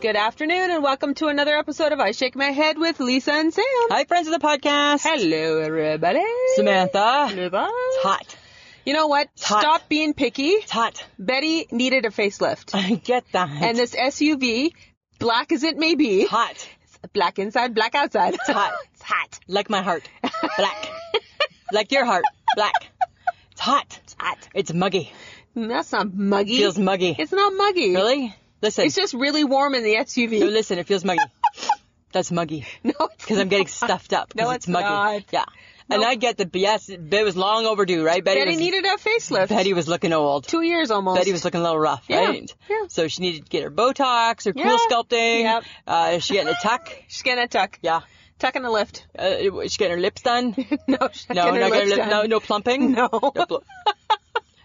Good afternoon, and welcome to another episode of I Shake My Head with Lisa and Sam. Hi, friends of the podcast. Hello, everybody. Samantha. Hello. It's hot. You know what? hot. Stop being picky. It's hot. Betty needed a facelift, I get that. and this SUV, black as it may be, hot. black inside, black outside. It's hot. it's hot. Like my heart. Black. like your heart. Black. It's hot. It's hot. It's muggy. That's not muggy. feels muggy. It's not muggy. really? Listen. It's just really warm in the No, SUV. listen, it feels muggy. That's muggy. No, it's Because I'm getting stuffed up. 'cause No, it's, it's muggy. not. Yeah. And No. I get the yes, it was long overdue, right? Betty, Betty was, needed a facelift. Betty was looking old. two years almost. Betty was looking a little rough, Yeah, right? yeah. So she needed to get her Botox, her Yeah. cool sculpting. Yep. Uh, she getting a tuck. She's gonna tuck. Yeah. Tuck in the lift. Uh, it- she getting her lips done. no, she's not getting her No, not lips getting her lip, done. no, no plumping. No. pl-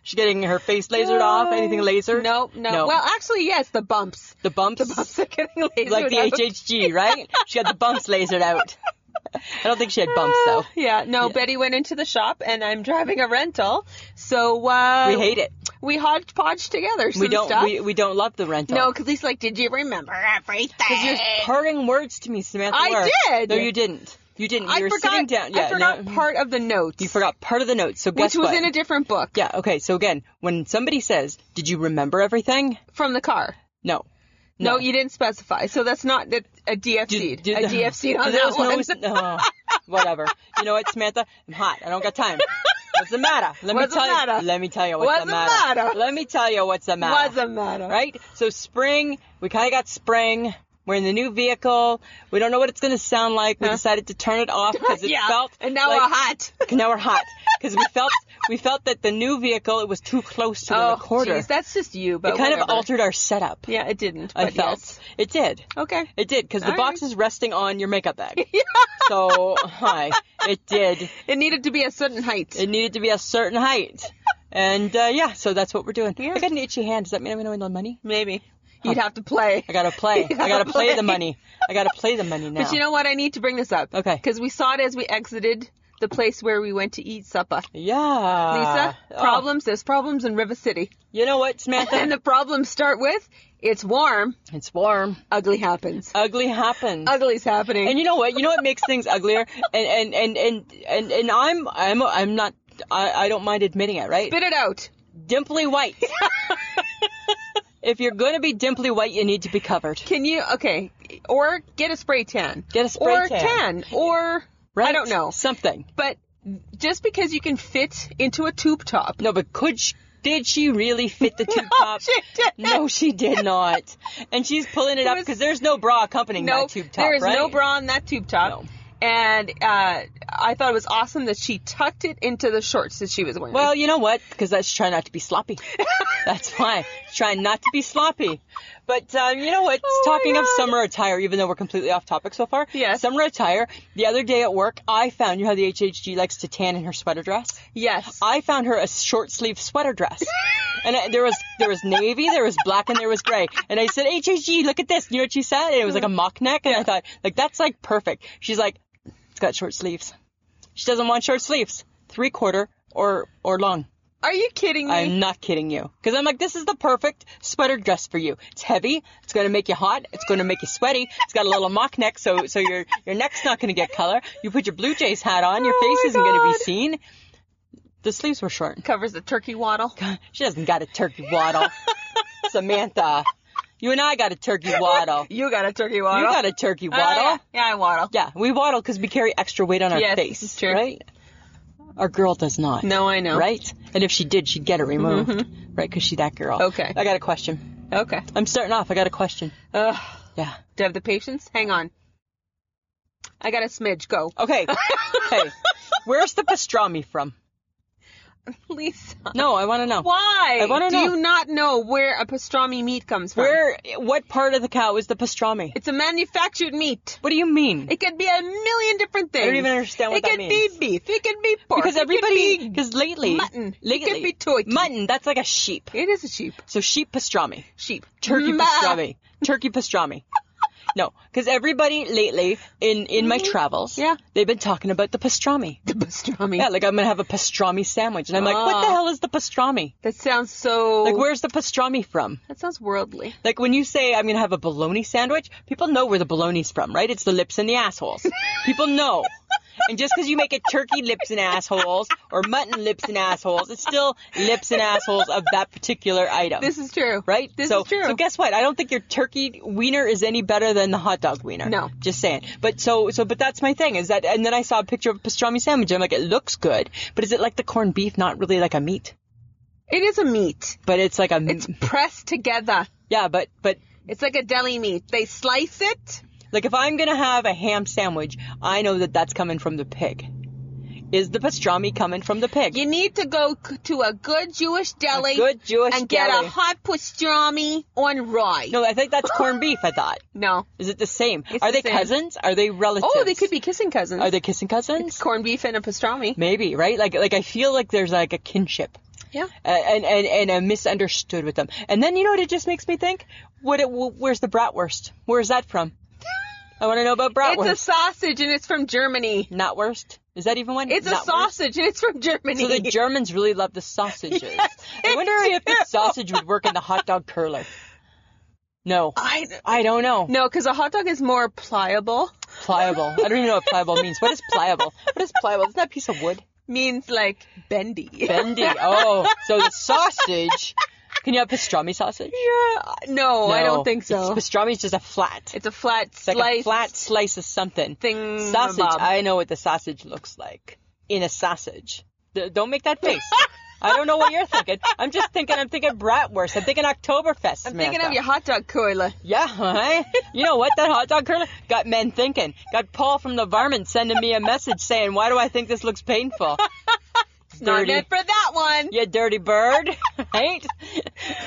She's getting her face lasered off. Anything laser? No, no, Well, actually, yes, the bumps. the bumps, The bumps are getting lasered. like the out. HHG, right? she got the bumps lasered out. I don't think she had bumps though. Yeah, no, Betty went into the shop and I'm driving a rental. So, uh. We hate it. We hodgepodge together some We don't. stuff. We, we don't love the rental. no, because he's like, did you remember everything? you're parting words to me, Samantha. I Moore. did. No, you didn't. You didn't. I you were forgot, sitting down. I Yeah, forgot no, part of the notes. you forgot part of the notes. So guess Which was what? in a different book yeah. Okay. So again, when somebody says, "Did you remember everything?" from the car. No. No. No. you didn't specify. So that's not a, a DFC. A DFC on there that was one. no s- no, whatever. You know what, Samantha? I'm hot. I don't got time. What's the matter? Let What's me the tell matter? you. Let me tell you what's, What's the the matter. matter? Let me tell you what's the matter. What's the matter? Right? So spring, we kind of got spring. We're in the new vehicle. We don't know what it's going to sound like. We Huh? decided to turn it off because it yeah. felt and now like, we're hot. Now we're hot because we felt we felt that the new vehicle it was too close to the recorder. Oh, Geez, that's just you, but it kind of whatever. altered our setup. Yeah, it didn't. I but felt yes. it did. Okay. It did because the All box right. is resting on your makeup bag. So hi, it did. It needed to be a certain height. It needed to be a certain height, and uh, yeah, so that's what we're doing. Yeah. I got an itchy hand. Does that mean I'm gonna win the money? Maybe you'd have to play. I gotta play. I gotta gotta play, play. the money. I gotta play the money now. But you know what? I need to bring this up. Okay. Because we saw it as we exited the place where we went to eat supper. yeah, Lisa, Oh, problems. There's problems in River City, you know what, Samantha? and the problems start with it's warm, it's warm. ugly happens, Ugly happens. ugly's happening. Uh, And you know what? You know what makes things uglier? And and and and and, and I'm I'm I'm not. I, I don't mind admitting it, right? Spit it out. dimply white. if you're going to be dimply white, you need to be covered. Can you? Okay. Or get a spray tan. Get a spray or tan. Or I Right? don't know. Something. But just because you can fit into a tube top. Oh, No, but could she, did she really fit the tube top? she didn't. No, she did not. And she's pulling it, up was- because there's no bra accompanying no, that tube top, there is right? no bra on that tube top. No. And uh, I thought it was awesome that she tucked it into the shorts that she was wearing. Well, you know what? Because that's trying not to be sloppy. that's why. Trying not to be sloppy. But um, you know what? Oh my Talking of God. summer attire, even though we're completely off topic so far. Yes. Summer attire. The other day at work, I found you know how the HHG likes to tan in her sweater dress. yes. I found her a short sleeve sweater dress. And I, there was there was navy, there was black, and there was gray. And I said, HHG, look at this. You know what she said? And it was like a mock neck. And I thought, like, that's like perfect. She's like, it's got short sleeves. She doesn't want short sleeves, three quarter or or long. Are you kidding me? I'm not kidding you. Because I'm like, this is the perfect sweater dress for you. It's heavy. It's going to make you hot. It's going to make you sweaty. It's got a little mock neck, so so your your neck's not going to get color. You put your Blue Jays hat on. Your Oh face my isn't going to God. be seen. The sleeves were short. Covers the turkey waddle. She hasn't got a turkey waddle. Samantha, you and I got a turkey waddle. You You got a turkey waddle. got a turkey Oh, waddle. yeah. yeah, I waddle. yeah. we waddle because we carry extra weight on our Yes, face, it's true. right? Our girl does not. No, I know. Right? And if she did, she'd get it removed. Right? 'Cause Right? Because she that girl. Okay. I got a question. Okay. I'm starting off. I got a question. Ugh. Yeah. Do I have the patience? Hang on. I got a smidge. Go. Okay. hey, where's the pastrami from? Lisa. No, I want to know. Why? I wanna Do know. you not know where a pastrami meat comes from? Where? What part of the cow is the pastrami? It's a manufactured meat. What do you mean? It could be a million different things. don't even understand what it that could means. be beef. It could be pork. because it could everybody, be- because lately, mutton. It lately, could be turkey. mutton. That's like a sheep. It is a sheep. So sheep pastrami, Sheep. turkey Ma- pastrami, turkey pastrami. No, because everybody lately in in my travels, Mm-hmm. Yeah. they've been talking about the pastrami. The pastrami. Yeah, like I'm gonna have a pastrami sandwich, and I'm like, what the Ah. Oh. hell is the pastrami? that sounds so. Like, where's the pastrami from? That sounds worldly. Like when you say I'm gonna have a bologna sandwich, people know where the bologna's from, right? It's the lips and the assholes. people know. And just because you make it turkey lips and assholes or mutton lips and assholes, it's still lips and assholes of that particular item. This is true. Right? This so, is true. So guess what? I don't think your turkey wiener is any better than the hot dog wiener. No. Just saying. But so so but that's my thing is that and then I saw a picture of a pastrami sandwich. I'm like, it looks good, but is it like the corned beef? Not really like a meat, It is a meat. but it's like a m- It's pressed together. yeah. But but It's like a deli meat. They slice it. like if I'm gonna have a ham sandwich, I know that that's coming from the pig. Is the pastrami coming from the pig? You need to go c- to a good Jewish deli good Jewish and get deli. a hot pastrami on rye. No, I think that's corned beef. I thought. No. Is it the same? It's Are the they same. cousins? Are they relatives? Oh, they could be kissing cousins. Are they kissing cousins? corned beef and a pastrami? Maybe right? Like like I feel like there's like a kinship. Yeah. uh, and and and I'm misunderstood with them. And then you know what? It just makes me think. What? It, wh- where's the bratwurst? Where's that from? I want to know about It's a bratwurst. sausage and it's from Germany. Not worst. Is that even one? It's a Not worst? sausage and it's from Germany. So the Germans really love the sausages. Yes, I they wonder if do. the sausage would work in the hot dog curler. No, I I don't know. no, because a hot dog is more pliable. Pliable. I don't even know what pliable means. What is pliable? What is pliable? Isn't that a piece of wood? Means like bendy. Bendy. Oh, so the sausage. Can you have pastrami sausage? Yeah. No, I No. don't think so. It's- pastrami is just a flat. It's a flat It's like slice a flat slice Mm, of something. thing. Sausage. bob. I know what the sausage looks like in a sausage. D- don't make that face. I don't know what you're thinking. I'm just thinking. I'm thinking bratwurst. I'm thinking Oktoberfest. I'm thinking of your hot dog coiler. Yeah, huh? you know what? That hot dog curler got men thinking. Got Paul from the varmint sending me a message saying, "Why do I think this looks painful?" It's not meant for that one. You dirty bird, right? right?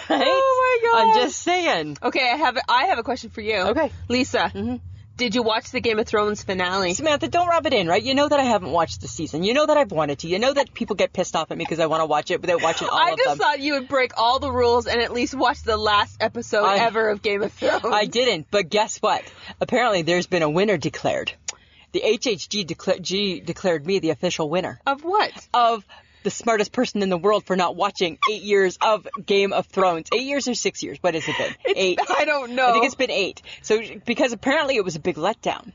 Oh my I'm God. just saying. Okay, I have I have a question for you. Okay. Lisa, Mhm. did you watch the Game of Thrones finale? Samantha, don't rub it in, right? You know that I haven't watched the season. You know that I've wanted to. You know that people get pissed off at me because I want to watch it without watching all I of just them. thought you would break all the rules and at least watch the last episode I- ever of Game of Thrones. I didn't, but guess what? Apparently, there's been a winner declared. The HHG decla- G declared me the official winner Of what? of the smartest person in the world for not watching eight years of Game of Thrones. Eight years or six years? What has it been? Eight. I don't know. I think it's been eight. So because apparently it was a big letdown.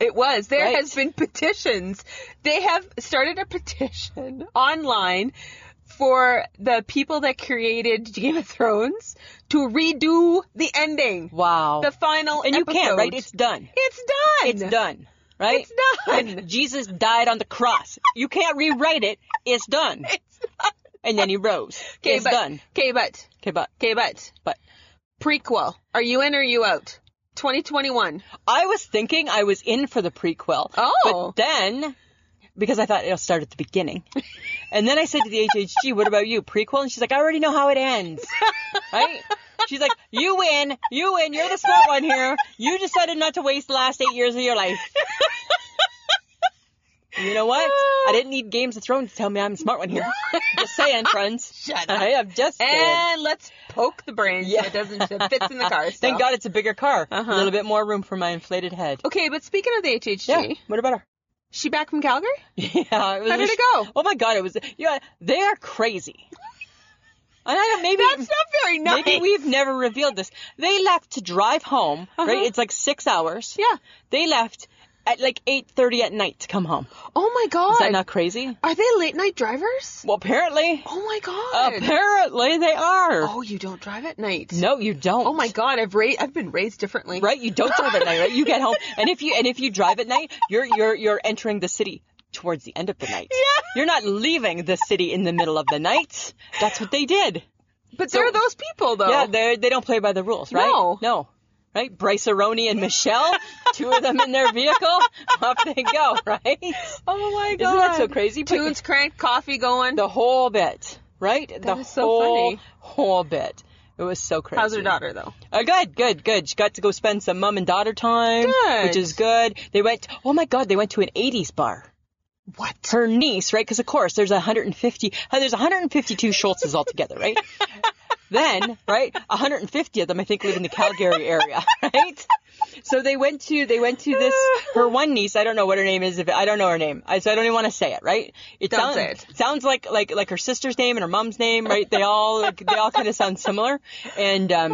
It was. There Right. has been petitions. They have started a petition online for the people that created Game of Thrones to redo the ending, Wow. the final and you can't, episode. right? It's done. It's done. It's done. Right? It's done. Jesus died on the cross. You can't rewrite it. It's done. It's done. And then he rose. Okay, it's but, done. Okay, but. Okay, but Okay, but. But. Prequel. Are you in or are you out? 2021. I was thinking I was in for the prequel. Oh. But then, because I thought it'll start at the beginning. And then I said to the HHG, what about you? Prequel? And she's like, I already know how it ends. Right? She's like, you win. You win. You're the smart one here. You decided not to waste the last eight years of your life. And you know what? I didn't need Games of Thrones to tell me I'm the smart one here. Just saying, friends. Shut up. I am just saying. And let's poke the brain so Yeah. it doesn't it fits in the car. Thank still. God it's a bigger car. Uh-huh. A little bit more room for my inflated head. Okay, but speaking of the HHG, Yeah. What about her? she back from Calgary? Yeah, it was How did a it go? Oh my god, it was yeah, they are crazy. And I don't maybe That's not very nice. maybe we've never revealed this. They left to drive home, right? Uh-huh. It's like 6 hours. Yeah. They left at like 8:30 at night to come home. Oh my god. Is that not crazy? Are they late night drivers? Well, apparently Oh my god. apparently they are. oh, you don't drive at night. No, you don't. Oh my god, I've ra- I've been raised differently. Right? You don't drive at night, right? You get home and if you and if you drive at night, you're you're you're entering the city towards the end of the night. Yeah. You're not leaving the city in the middle of the night. That's what they did. But there are those people though. Yeah, they they don't play by the rules, right? No. No. Right? Bryce Aroni and Michelle, two of them in their vehicle, off they go, right? oh my god. Isn't that so crazy? But Tunes cranked, coffee going. the whole bit, right? the is so whole funny. whole bit. It was so crazy. How's her daughter though? Uh, good, good, good. She got to go spend some mom and daughter time, Good. which is good. They went. Oh my God, they went to an '80s bar. What? Her niece, right? Because of course, there's 150. uh, There's 152 Schultzes altogether, right? then, right, 150 of them I think live in the Calgary area, right? So they went to they went to this her one niece. I don't know what her name is. If I don't know her name, I, so I don't even want to say it. Right? It Don't sounds say it. sounds like like like her sister's name and her mom's name. Right? They all like, they all kind of sound similar. And um,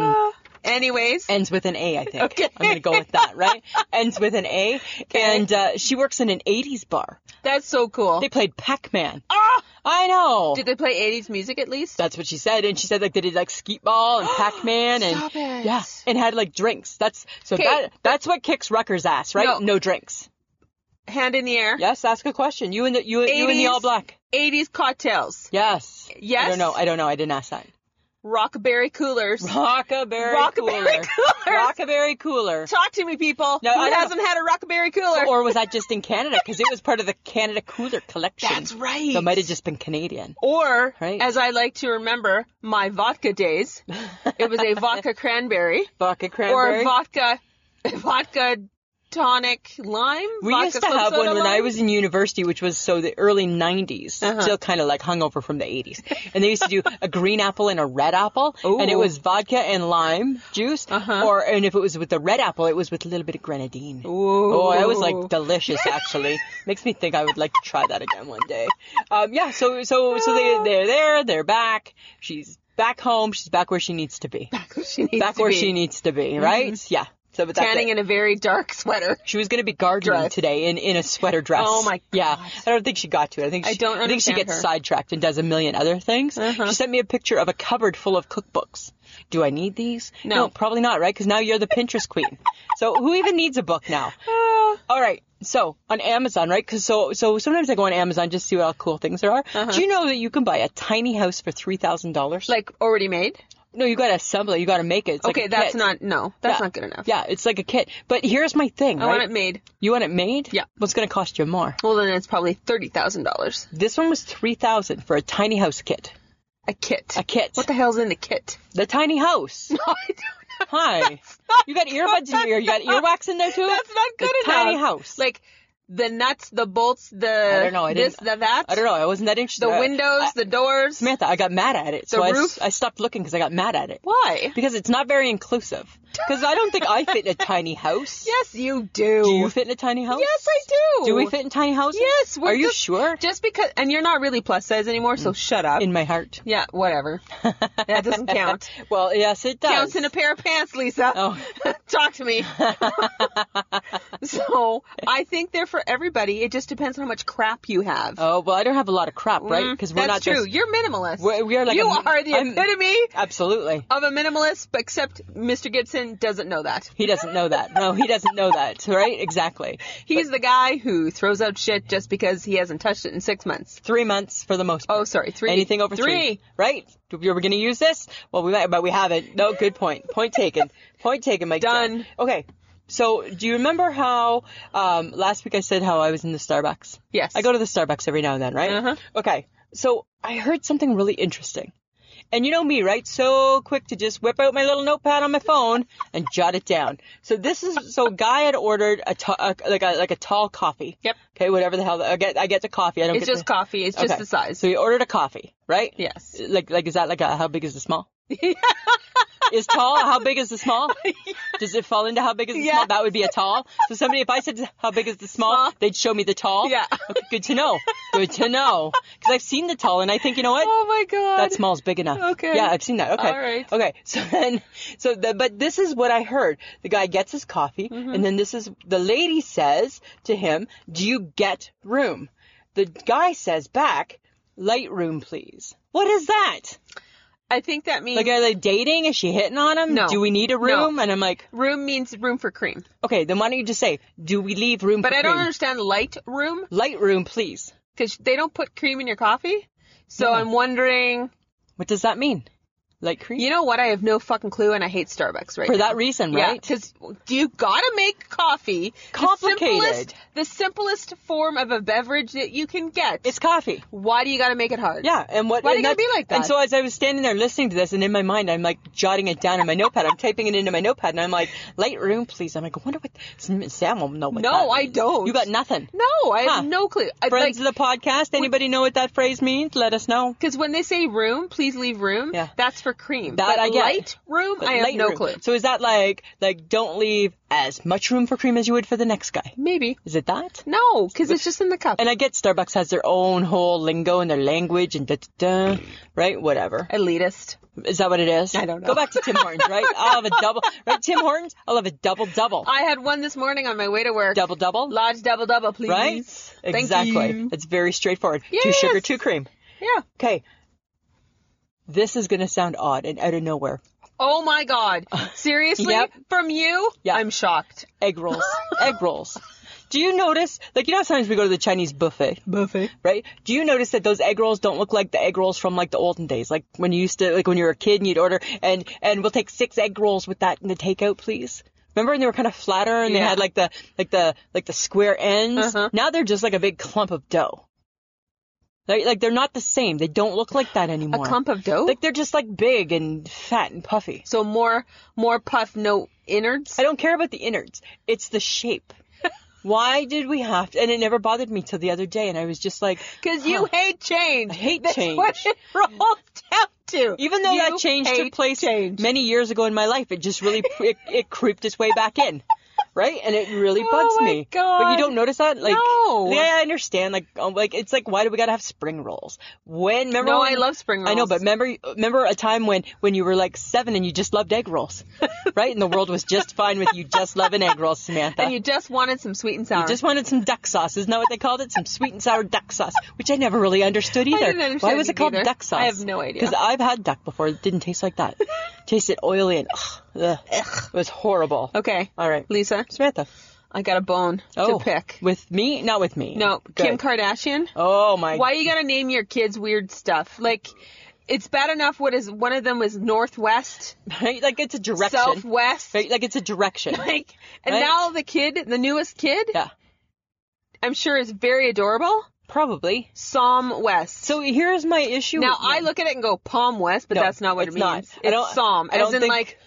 Anyways, ends with an A. I think. Okay. I'm gonna go with that. Right? Ends with an A. And uh, she works in an '80s bar. that's so cool. They played Pac-Man. Ah! I know. Did they play 80s music at least? That's what she said, and she said like they did like skeet ball and Pac-Man and Stop it. yeah, and had like drinks. That's so 'Kay. that that's what kicks Rucker's ass, right? No. drinks. Hand in the air. Yes, ask a question. You and the you, you and the 80s. all black. 80s cocktails. Yes. Yes. I don't know. I don't know. I didn't ask that. Rockberry coolers. Rockaberry, Rockaberry cooler. coolers. Rockaberry cooler. Talk to me, people. No, Who I don't hasn't had a Rockberry cooler? Or was that just in Canada? Because it was part of the Canada Cooler collection. That's right. So it might have just been Canadian. or, Right. as I like to remember, my vodka days. It was a vodka cranberry Vodka cranberry. or vodka, vodka tonic lime. We vodka used to club have one soda when I lime. was in university, which was so the early 90s, Uh-huh. still kind of like hungover from the 80s. And they used to do a green apple and a red apple, and it Ooh. was vodka and lime juice, Uh-huh. or and if it was with the red apple, it was with a little bit of grenadine. Ooh. Oh, that was like delicious actually. Makes me think I would like to try that again one day. Um, yeah, so so so Ah. they they're there, they're back. She's back home. She's back where she needs to be. back where she needs Back to where be. Mm-hmm. she needs to be, right? Yeah. So but that's it. Tanning in a very dark sweater. She was going to be gardening Dress. today in, in a sweater dress. Oh my Yeah, God. I don't think she got to it. I think she, I don't think she understand gets her. sidetracked and does a million other things. Uh-huh. She sent me a picture of a cupboard full of cookbooks. Do I need these? No. probably not, right? Because now you're the Pinterest queen. So who even needs a book now? Ah. All right. So on Amazon, right? Because so so sometimes I go on Amazon just to see what all cool things there are. Do you know that you can buy a tiny house for three thousand dollars? Uh-huh. like already made. no, you got to assemble it. You got to make it. It's like okay, a that's kit. not no, that's Yeah. not good enough. Yeah, it's like a kit. But here's my thing. I right? want it made. You want it made? Yeah. What's going to cost you more? Well, then it's probably thirty thousand dollars. This one was three thousand for a tiny house kit. A kit. A kit. What the hell's in the kit? The tiny house. No, I don't know. Hi. You got earbuds in your ear. You got earwax in there too. That's not good the enough. Tiny house. Like the nuts, the bolts, the I don't know, I this, didn't- the that. I don't know. I wasn't that interested. The I- windows, I- the doors. Samantha, I got mad at it. so The I s- roof? I, stopped looking because I got mad at it. Why? Because it's not very inclusive. Because I don't think I fit in a tiny house. Yes, you do. Do you fit in a tiny house? Yes, I do. Do we fit in tiny houses? Yes, we're Are you just- sure? Just because, and you're not really plus size anymore, so shut up. Mm. in my heart. yeah, whatever. that doesn't count. Well, yes, it does. Counts in a pair of pants, Lisa. Oh. Talk to me. so I think they're for everybody. It just depends on how much crap you have. Oh well, I don't have a lot of crap, right? Mm, Because we're That's not true. just You're minimalist. we're, we are like you a- are the I'm- epitome Absolutely, of a minimalist, except Mr. Gibson doesn't know that. he doesn't know that. No, he doesn't know that. Right? Exactly. He's the guy who throws out shit just because he hasn't touched it in six months. Three months for the most. Part. Oh, sorry, three. Anything over three, right? You're going to use this? Well, we might, but we haven't. No, good point. Point taken. Point taken, Mike. Done. Okay. So, do you remember how um, last week I said how I was in the Starbucks? Yes. I go to the Starbucks every now and then, right? Uh-huh. Okay. So I heard something really interesting. And you know me, right? So quick to just whip out my little notepad on my phone and jot it down. So this is so guy had ordered a, ta- a like a like a tall coffee. Yep. Okay, whatever the hell I get. I get the coffee. I don't. It's get just the, coffee. It's just Okay. the size. So he ordered a coffee, right? yes. Like like is that like a how big is the small? is tall? How big is the small? Does it fall into how big is the Yeah. small? That would be a tall. So somebody, if I said how big is the small, Small. they'd show me the tall. Yeah. Okay, good to know. Good to know. Because I've seen the tall, and I think you know what? Oh my god. That small's big enough. Okay. Yeah, I've seen that. Okay. All right. Okay. So then, so the, but this is what I heard. The guy gets his coffee, Mm-hmm. and then this is the lady says to him, "Do you get room?" The guy says back, "Light room, please." What is that? I think that means Like, are they dating? Is she hitting on him? No. Do we need a room? And I'm like, room means room for cream. okay, then why don't you just say, do we leave room But for I don't cream? understand light room Light room, please. because they don't put cream in your coffee. So I'm wondering. What does that mean? Light cream? You know what? I have no fucking clue, and I hate Starbucks right For now. that reason, Yeah, right? because you gotta make coffee. Complicated. The simplest, the simplest form of a beverage that you can get. It's coffee. why do you gotta make it hard? Yeah, and what? Why do and you gotta that's- be like And that? so as I was standing there listening to this, and in my mind, I'm like jotting it down in my notepad. I'm typing it into my notepad, and I'm like, "Light room, please." I'm like, I "Wonder what Sam- Sam will know what No, that I means. don't. You got nothing. No, I have Huh. no clue. I, Friends of the podcast, anybody know what that phrase means? Let us know. because when they say room, please leave room. Yeah. That's for cream. That but I get. light room, But I have light no room. clue. So is that like like don't leave as much room for cream as you would for the next guy? Maybe. Is it that? No, because it's just in the cup. And I get Starbucks has their own whole lingo and their language and da da da, right? Whatever. Elitist. Is that what it is? I don't know. Go back to Tim Hortons, right? I'll have a double, right? Tim Hortons, I'll have a double double. I had one this morning on my way to work. Double double, Lodge double double, please. right? Thank exactly. you. It's very straightforward. Two Yes. sugar, two cream. Yeah. Okay. This is going to sound odd and out of nowhere. Oh my God. Seriously? Yep. From you? Yeah. I'm shocked. Egg rolls. Egg rolls. Do you notice, like, you know, how sometimes we go to the Chinese buffet, Buffet. right? Do you notice that those egg rolls don't look like the egg rolls from like the olden days, like when you used to, like when you were a kid and you'd order and and we'll take six egg rolls with that in the takeout, please. Remember, and they were kind of flatter and they Yeah. had like the like the like the square ends. Uh-huh. Now they're just like a big clump of dough. Like like they're not the same. They don't look like that A anymore. clump of dough? Like they're just like big and fat and puffy. so more, more puff, no innards? I don't care about the innards. It's the shape. Why did we have to? And it never bothered me till the other day, and I was just like, Because you hate change. I hate That's change. what it rolls down to. Even though You that change took hate place change. many years ago in my life, it just really it, it creeped its way back in. Right, and it really Oh bugs my me. But God. you don't notice that, like, No. yeah, I understand. Like, um, like it's like, why do we gotta have spring rolls? When remember? No, when- I love spring rolls. I know, but remember, remember a time when when you were like seven and you just loved egg rolls, right? And the world was just fine with you just loving egg rolls, Samantha. And you just wanted some sweet and sour. Just wanted some duck sauce. Isn't that what they called it? Some sweet and sour duck sauce, which I never really understood either. didn't understand Why was it it called either. duck sauce? I have no idea. Because I've had duck before. It didn't taste like that. Tasted oily and ugh, ugh. It was horrible. okay. All right. Lisa, Samantha. I got a bone Oh, to pick. With me? Not with me. No, Good. Kim Kardashian. Oh my. Why you gotta name your kids weird stuff? Like, it's bad enough. What is one of them was Northwest, Right? Like it's a direction. Southwest, Right? Like it's a direction. like, and Right. now the kid, the newest kid, yeah. I'm sure is very adorable. Probably. Psalm West. So here's my issue. now with I look at it and go Palm West, but No, that's not what it's it not. means. I don't- It's Psalm, I don't as in think- like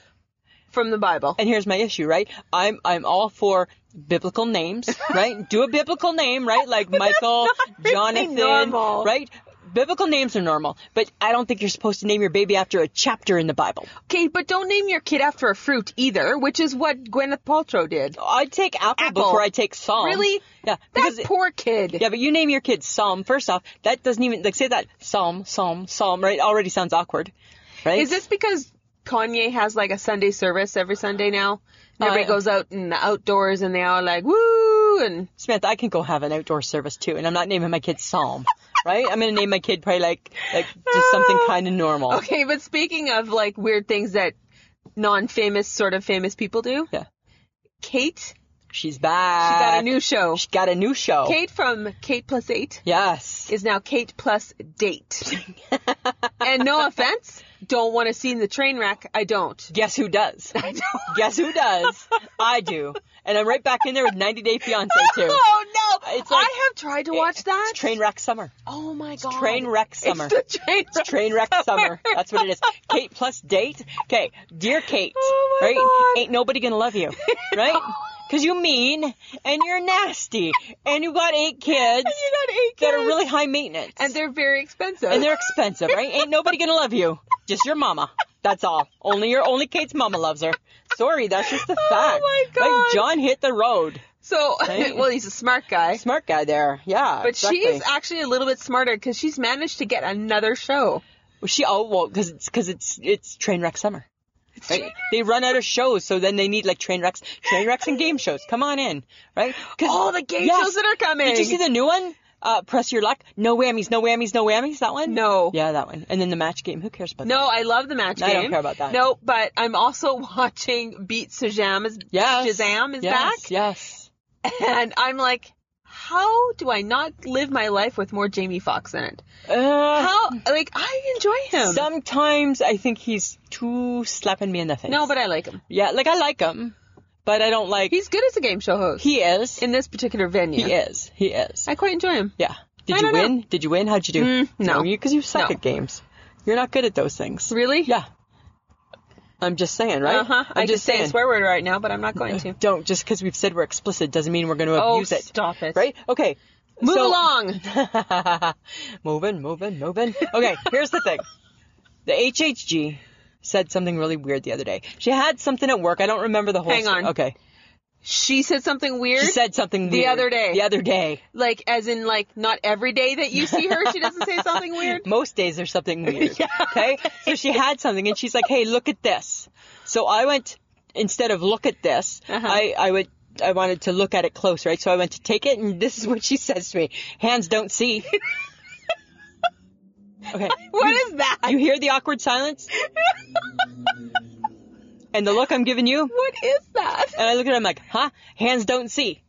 from the Bible. and here's my issue, right? I'm I'm all for biblical names, right? Do a biblical name, right? Like Michael, really Jonathan, normal. right? Biblical names are normal, but I don't think you're supposed to name your baby after a chapter in the Bible. Okay, but don't name your kid after a fruit either, which is what Gwyneth Paltrow did. I take apple, Apple. before I take psalm. Really? Yeah. That Because poor kid. yeah, but you name your kid psalm. First off, that doesn't even like say that psalm, psalm, psalm. Right? Already sounds awkward, right? Is this because Kanye has like a Sunday service every Sunday now? And Uh, everybody goes out in the outdoors and they all like woo and Samantha, I can go have an outdoor service too, and I'm not naming my kid Psalm, right? I'm gonna name my kid probably like like just something kind of normal. okay. But speaking of like weird things that non-famous sort of famous people do, Yeah. Kate, She's she back. got a new show. She got a new show. Kate from Kate Plus Eight Yes. is now Kate Plus Date. and no offense, don't want to see in the train wreck. I don't. Guess who does? I don't. Guess who does? I do. And I'm right back in there with 90 Day Fiance too. Oh no! It's like- I have tried to watch that. It's train wreck summer. Oh my god! Train wreck summer. It's the train wreck. Train wreck summer. That's what it is. Kate plus date. Okay, dear Kate, Oh my right? God. Ain't nobody gonna love you, right? Because you mean and you're nasty and you got eight kids You got eight that are kids. really high maintenance and they're very expensive. and they're expensive, right? Ain't nobody gonna love you. Just your mama. That's all. Only your only Kate's mama loves her. Sorry, that's just a fact. Oh my God. Right? John hit the road. so Right. well. He's a smart guy, Smart guy there. Yeah. but exactly. she's actually a little bit smarter because she's managed to get another show. she oh well because it's because it's it's train wreck summer. Right? they run out of shows, so then they need like train wrecks, train wrecks, and game shows. Come on in, right? 'Cause- All the game Yes. shows that are coming. Did you see the new one? Uh, press your luck. No whammies. No whammies. No whammies. That one. No. Yeah, that one. And then the match game. Who cares about that? No, I love the match I game. don't care about that. No, but I'm also watching Beat Shazam is Yes. Shazam is Yes. back, Yes. and I'm like, how do I not live my life with more Jamie Foxx in it? Uh, How like I enjoy him. Sometimes I think he's too slapping me in the face. no, but I like him. yeah, like I like him, but I don't like. He's good as a game show host he is. in this particular venue. he is. He is. I quite enjoy him. yeah. Did I you don't know. win? Did you win? How'd you do? Mm, no. you because you suck No. at games. You're not good at those things. Really? Yeah. I'm just saying, right? Uh huh. I'm I could just say a saying. swear word right now, but I'm not going to. Don't just because we've said we're explicit doesn't mean we're going to Oh, abuse it. stop it. Right? Okay. Move so- along. moving, moving, moving. Okay, here's the thing. The HHG said something really weird the other day. She had something at work. I don't remember the whole. Hang story. on. Okay. She said something weird. She said something The weird other day. The other day. like as in like not every day that you see her she doesn't say something weird. Most days there's something weird. Okay. So she had something and she's like, "Hey, look at this." So I went instead of look at this, Uh-huh. I I would. I wanted to look at it close, right? So I went to take it, and this is what she says to me: "Hands don't see." Okay. What is that? You hear the awkward silence? and the look I'm giving you? what is that? And I look at him like, huh? Hands don't see.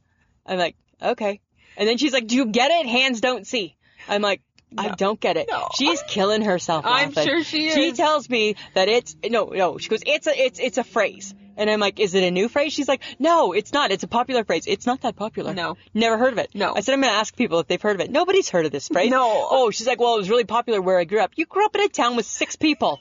I'm like, okay. And then she's like, do you get it? Hands don't see. I'm like, I No. don't get it. No. She's killing herself. I'm laughing. sure she She is. tells me that it's no, no. She goes, it's a, it's, it's a phrase. And I'm like, is it a new phrase? She's like, no, it's not. It's a popular phrase. It's not that popular. No. Never heard of it. No. I said, I'm going to ask people if they've heard of it. Nobody's heard of this phrase. No. Oh, she's like, well, it was really popular where I grew up. You grew up in a town with six people,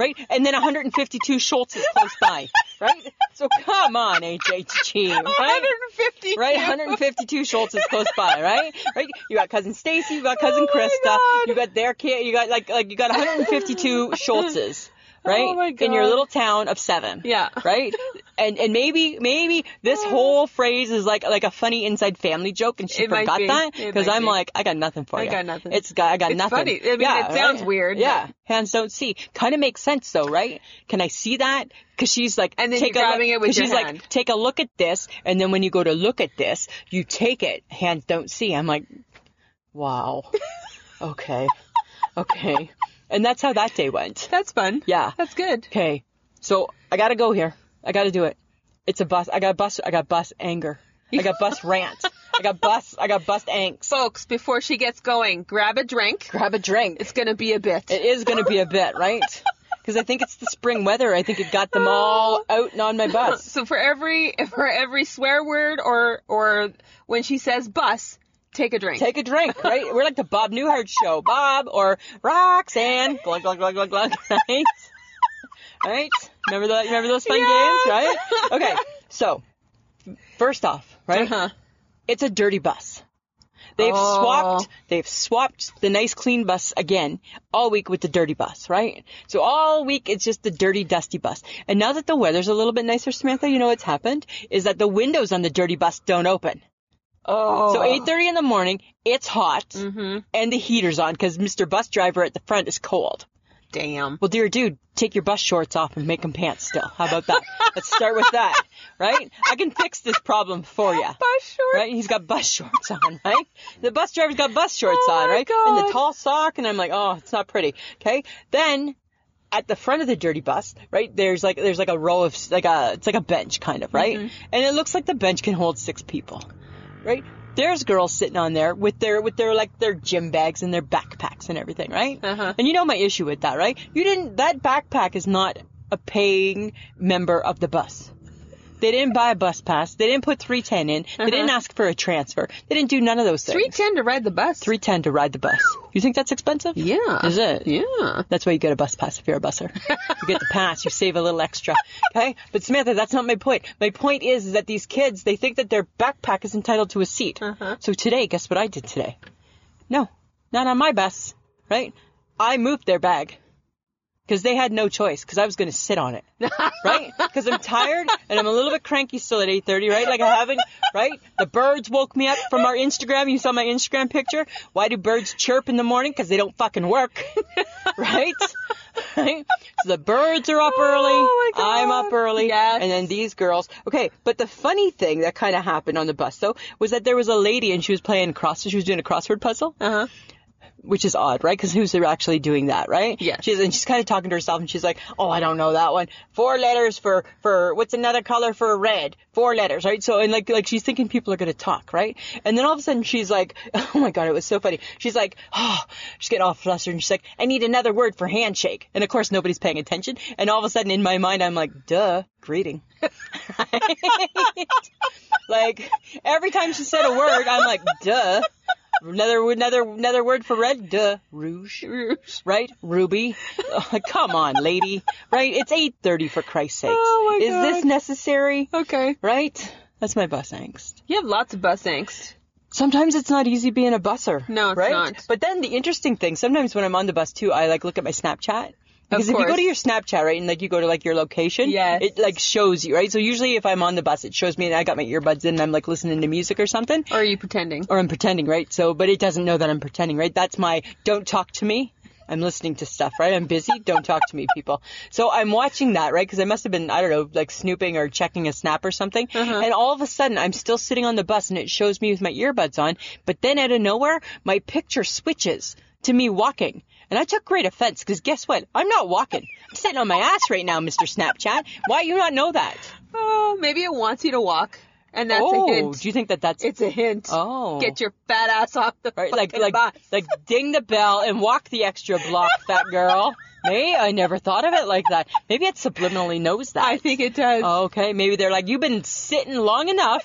right? And then 152 Schultz is close by, right? So come on, HHG, right? 150. Right, 152 Schultz is close by, right? Right, you got cousin Stacy, you got cousin Oh my Krista, God. you got their kid, you got like like you got 152 Schultzes, right? Oh my In your God. little town of seven Yeah. Oh. right? And and maybe maybe this whole phrase is like like a funny inside family joke, and she It might forgot be. that It because might I'm be. like I got nothing for I you. got nothing. It's got I got It's nothing. funny. I mean, it sounds weird, Yeah, but- hands don't see. Kind of makes sense though, right? Can I see that? Because she's like And then take you're a look- grabbing it with 'cause your she's hand. like take a look at this, and then when you go to look at this, you take it. Hands don't see. I'm like, wow, okay, okay, and that's how that day went. That's fun. Yeah. That's good. Okay, so I gotta go here. I gotta do it. It's a bus. I got bus. I got bus anger. I got bus rant. I got bus. I got bus angst. Folks, before she gets going, grab a drink. Grab a drink. It's going to be a bit. It is gonna be a bit, right? Because I think it's the spring weather. I think it got them all out and on my bus. so for every for every swear word or or when she says bus, take a drink. Take a drink, right? We're like the Bob Newhart show. Bob or Roxanne. Glug glug glug glug glug. Right? Right? Remember the remember those fun Yes. games, right? Okay. So, first off, right? uh-huh. it's a dirty bus. They've Oh. swapped they've swapped the nice clean bus again all week with the dirty bus, right? So all week it's just the dirty dusty bus. And now that the weather's a little bit nicer, Samantha, you know what's happened is that the windows on the dirty bus don't open. Oh. So 8:30 in the morning, it's hot Mm-hmm. and the heater's on cuz Mr. Bus driver at the front is cold. Damn. Well, dear dude, take your bus shorts off and make them pants still. How about that? Let's start with that, right? I can fix this problem for you Bus short. right? He's got bus shorts on, right? The bus driver's got bus shorts Oh on, my right? And God. the tall sock, and I'm like, oh, it's not pretty. Okay, then at the front of the dirty bus, right? There's like there's like a row of like a it's like a bench kind of, right? Mm-hmm. And it looks like the bench can hold six people, right? There's girls sitting on there with their with their like their gym bags and their backpacks and everything, right? Uh-huh. And you know my issue with that, right? You didn't that backpack is not a paying member of the bus. They didn't buy a bus pass. They didn't put 310 in. They didn't ask for a transfer. They didn't do none of those things. Uh-huh. Three ten to ride the bus. 310 to ride the bus. You think that's expensive? Yeah. Is it? Yeah. That's why you get a bus pass if you're a busser. You get the pass, you save a little extra. Okay? But Samantha, that's not my point. My point is, is that these kids, they think that their backpack is entitled to a seat. So today, guess what I did today? No, not on my bus, right? I moved their bag. Because they had no choice, because I was going to sit on it, right? Because I'm tired and I'm a little bit cranky still at 8:30, right? Like I haven't, right? The birds woke me up from our Instagram. You saw my Instagram picture. Why do birds chirp in the morning? Because they don't fucking work right? right? So the birds are up early. Oh my God. I'm up early. Yes. And then these girls. Okay, but the funny thing that kind of happened on the bus though was that there was a lady and she was playing cross. She was doing a crossword puzzle, Uh huh. which is odd, right? Because who's actually doing that, right? Yes. She's and she's kind of talking to herself and she's like, "Oh, I don't know that one. Four letters for for what's another color for red? Four letters, right? So and like like she's thinking people are gonna talk, right? And then all of a sudden she's like, "Oh my god, it was so funny." She's like, "Oh," she's getting all flustered and she's like, "I need another word for handshake." And of course nobody's paying attention. And all of a sudden in my mind I'm like, "Duh, greeting." like every time she said a word, I'm like, "Duh." Another another another word for red, duh, rouge Rouge. right? Ruby, Oh, come on, lady, right? It's eight thirty for Christ's sakes. Oh, my Is this God. necessary? Okay. Right? That's my bus angst. You have lots of bus angst. Sometimes it's not easy being a busser. No, it's right? not. But then the interesting thing, sometimes when I'm on the bus too, I like look at my Snapchat Because if you go course. to your Snapchat, right, and like you go to like your location, Yes. it like shows you, right? So usually if I'm on the bus, it shows me and I got my earbuds in and I'm like listening to music or something, Or are you pretending? or I'm pretending, right? So, but it doesn't know that I'm pretending, right? That's my don't talk to me. I'm listening to stuff, right? I'm busy. Don't talk to me, people. So I'm watching that, right? Because I must have been, I don't know, like snooping or checking a snap or something. Uh-huh. And all of a sudden, I'm still sitting on the bus and it shows me with my earbuds on. But then out of nowhere, my picture switches to me walking. And I took great offense because guess what? I'm not walking. I'm sitting on my ass right now, Mr. Snapchat. Why you not know that? Oh, maybe it wants you to walk, and that's oh, a hint. do you think that that's It's a hint. Oh. Get your fat ass off the Right, like fucking like bus. like ding the bell and walk the extra block, fat girl. May I never thought of it like that. Maybe it subliminally knows that. I think it does. okay, maybe they're like, you've been sitting long enough.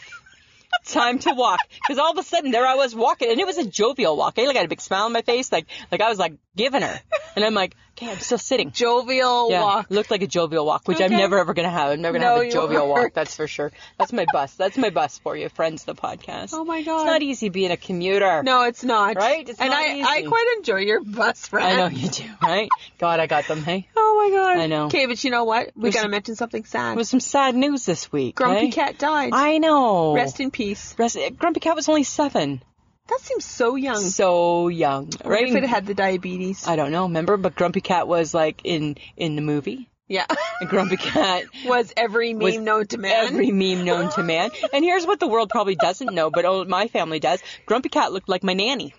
Time to walk, because all of a sudden there I was walking, and it was a jovial walk. I like had a big smile on my face, like like I was like giving her, and I'm like, okay, I'm still sitting. Jovial Yeah, walk. looked like a jovial walk, which I'm Okay. never ever gonna have. I'm never gonna No, have a you jovial walk. aren't. That's for sure. That's my bus. That's my bus for you, friends. of The podcast. Oh my It's God. not easy being a commuter. No, it's not. Right? It's and not I, easy. I quite enjoy your bus friend. I know you do, right? God, I got them. Hey, Oh my god. I know. Okay, but you know what? We There's- gotta mention something sad. it was some sad news this week. Grumpy hey? Cat died. I know. Rest in peace. Rest- Grumpy Cat was only seven, That seems so young. so young, right? Mm. If it had the diabetes. I don't know. Remember, but Grumpy Cat was like in in the movie. yeah. And Grumpy Cat. was every meme Was known to man. Every meme known to man. And here's what the world probably doesn't know, but oh, my family does. Grumpy Cat looked like my nanny,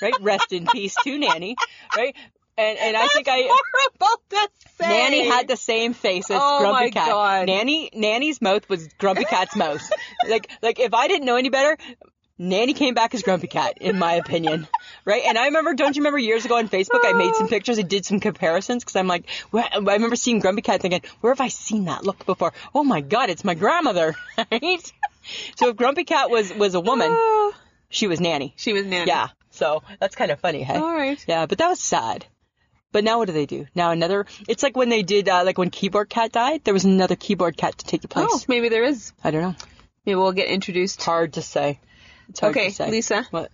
right? Rest in peace to nanny, right? And and I think I horrible to say. Nanny had the same face as Oh Grumpy my Cat. God. Nanny Nanny's mouth was Grumpy Cat's mouth. like like if I didn't know any better, Nanny came back as Grumpy Cat, in my opinion. Right? And I remember, don't you remember years ago on Facebook, I made Oh. some pictures, I did some comparisons, because I'm like, where, I remember seeing Grumpy Cat thinking, where have I seen that look before? Oh my God, it's my grandmother, right? So if Grumpy Cat was, was a woman, Oh, she was Nanny. she was nanny. Yeah. So that's kind of funny, hey? All right. Yeah, but that was sad. But now what do they do? Now another. It's like when they did, uh, like when Keyboard Cat died, there was another Keyboard Cat to take the place. Oh, maybe there is. I don't know. Maybe we'll get introduced. Hard to say. It's hard Okay, to say. Lisa. What?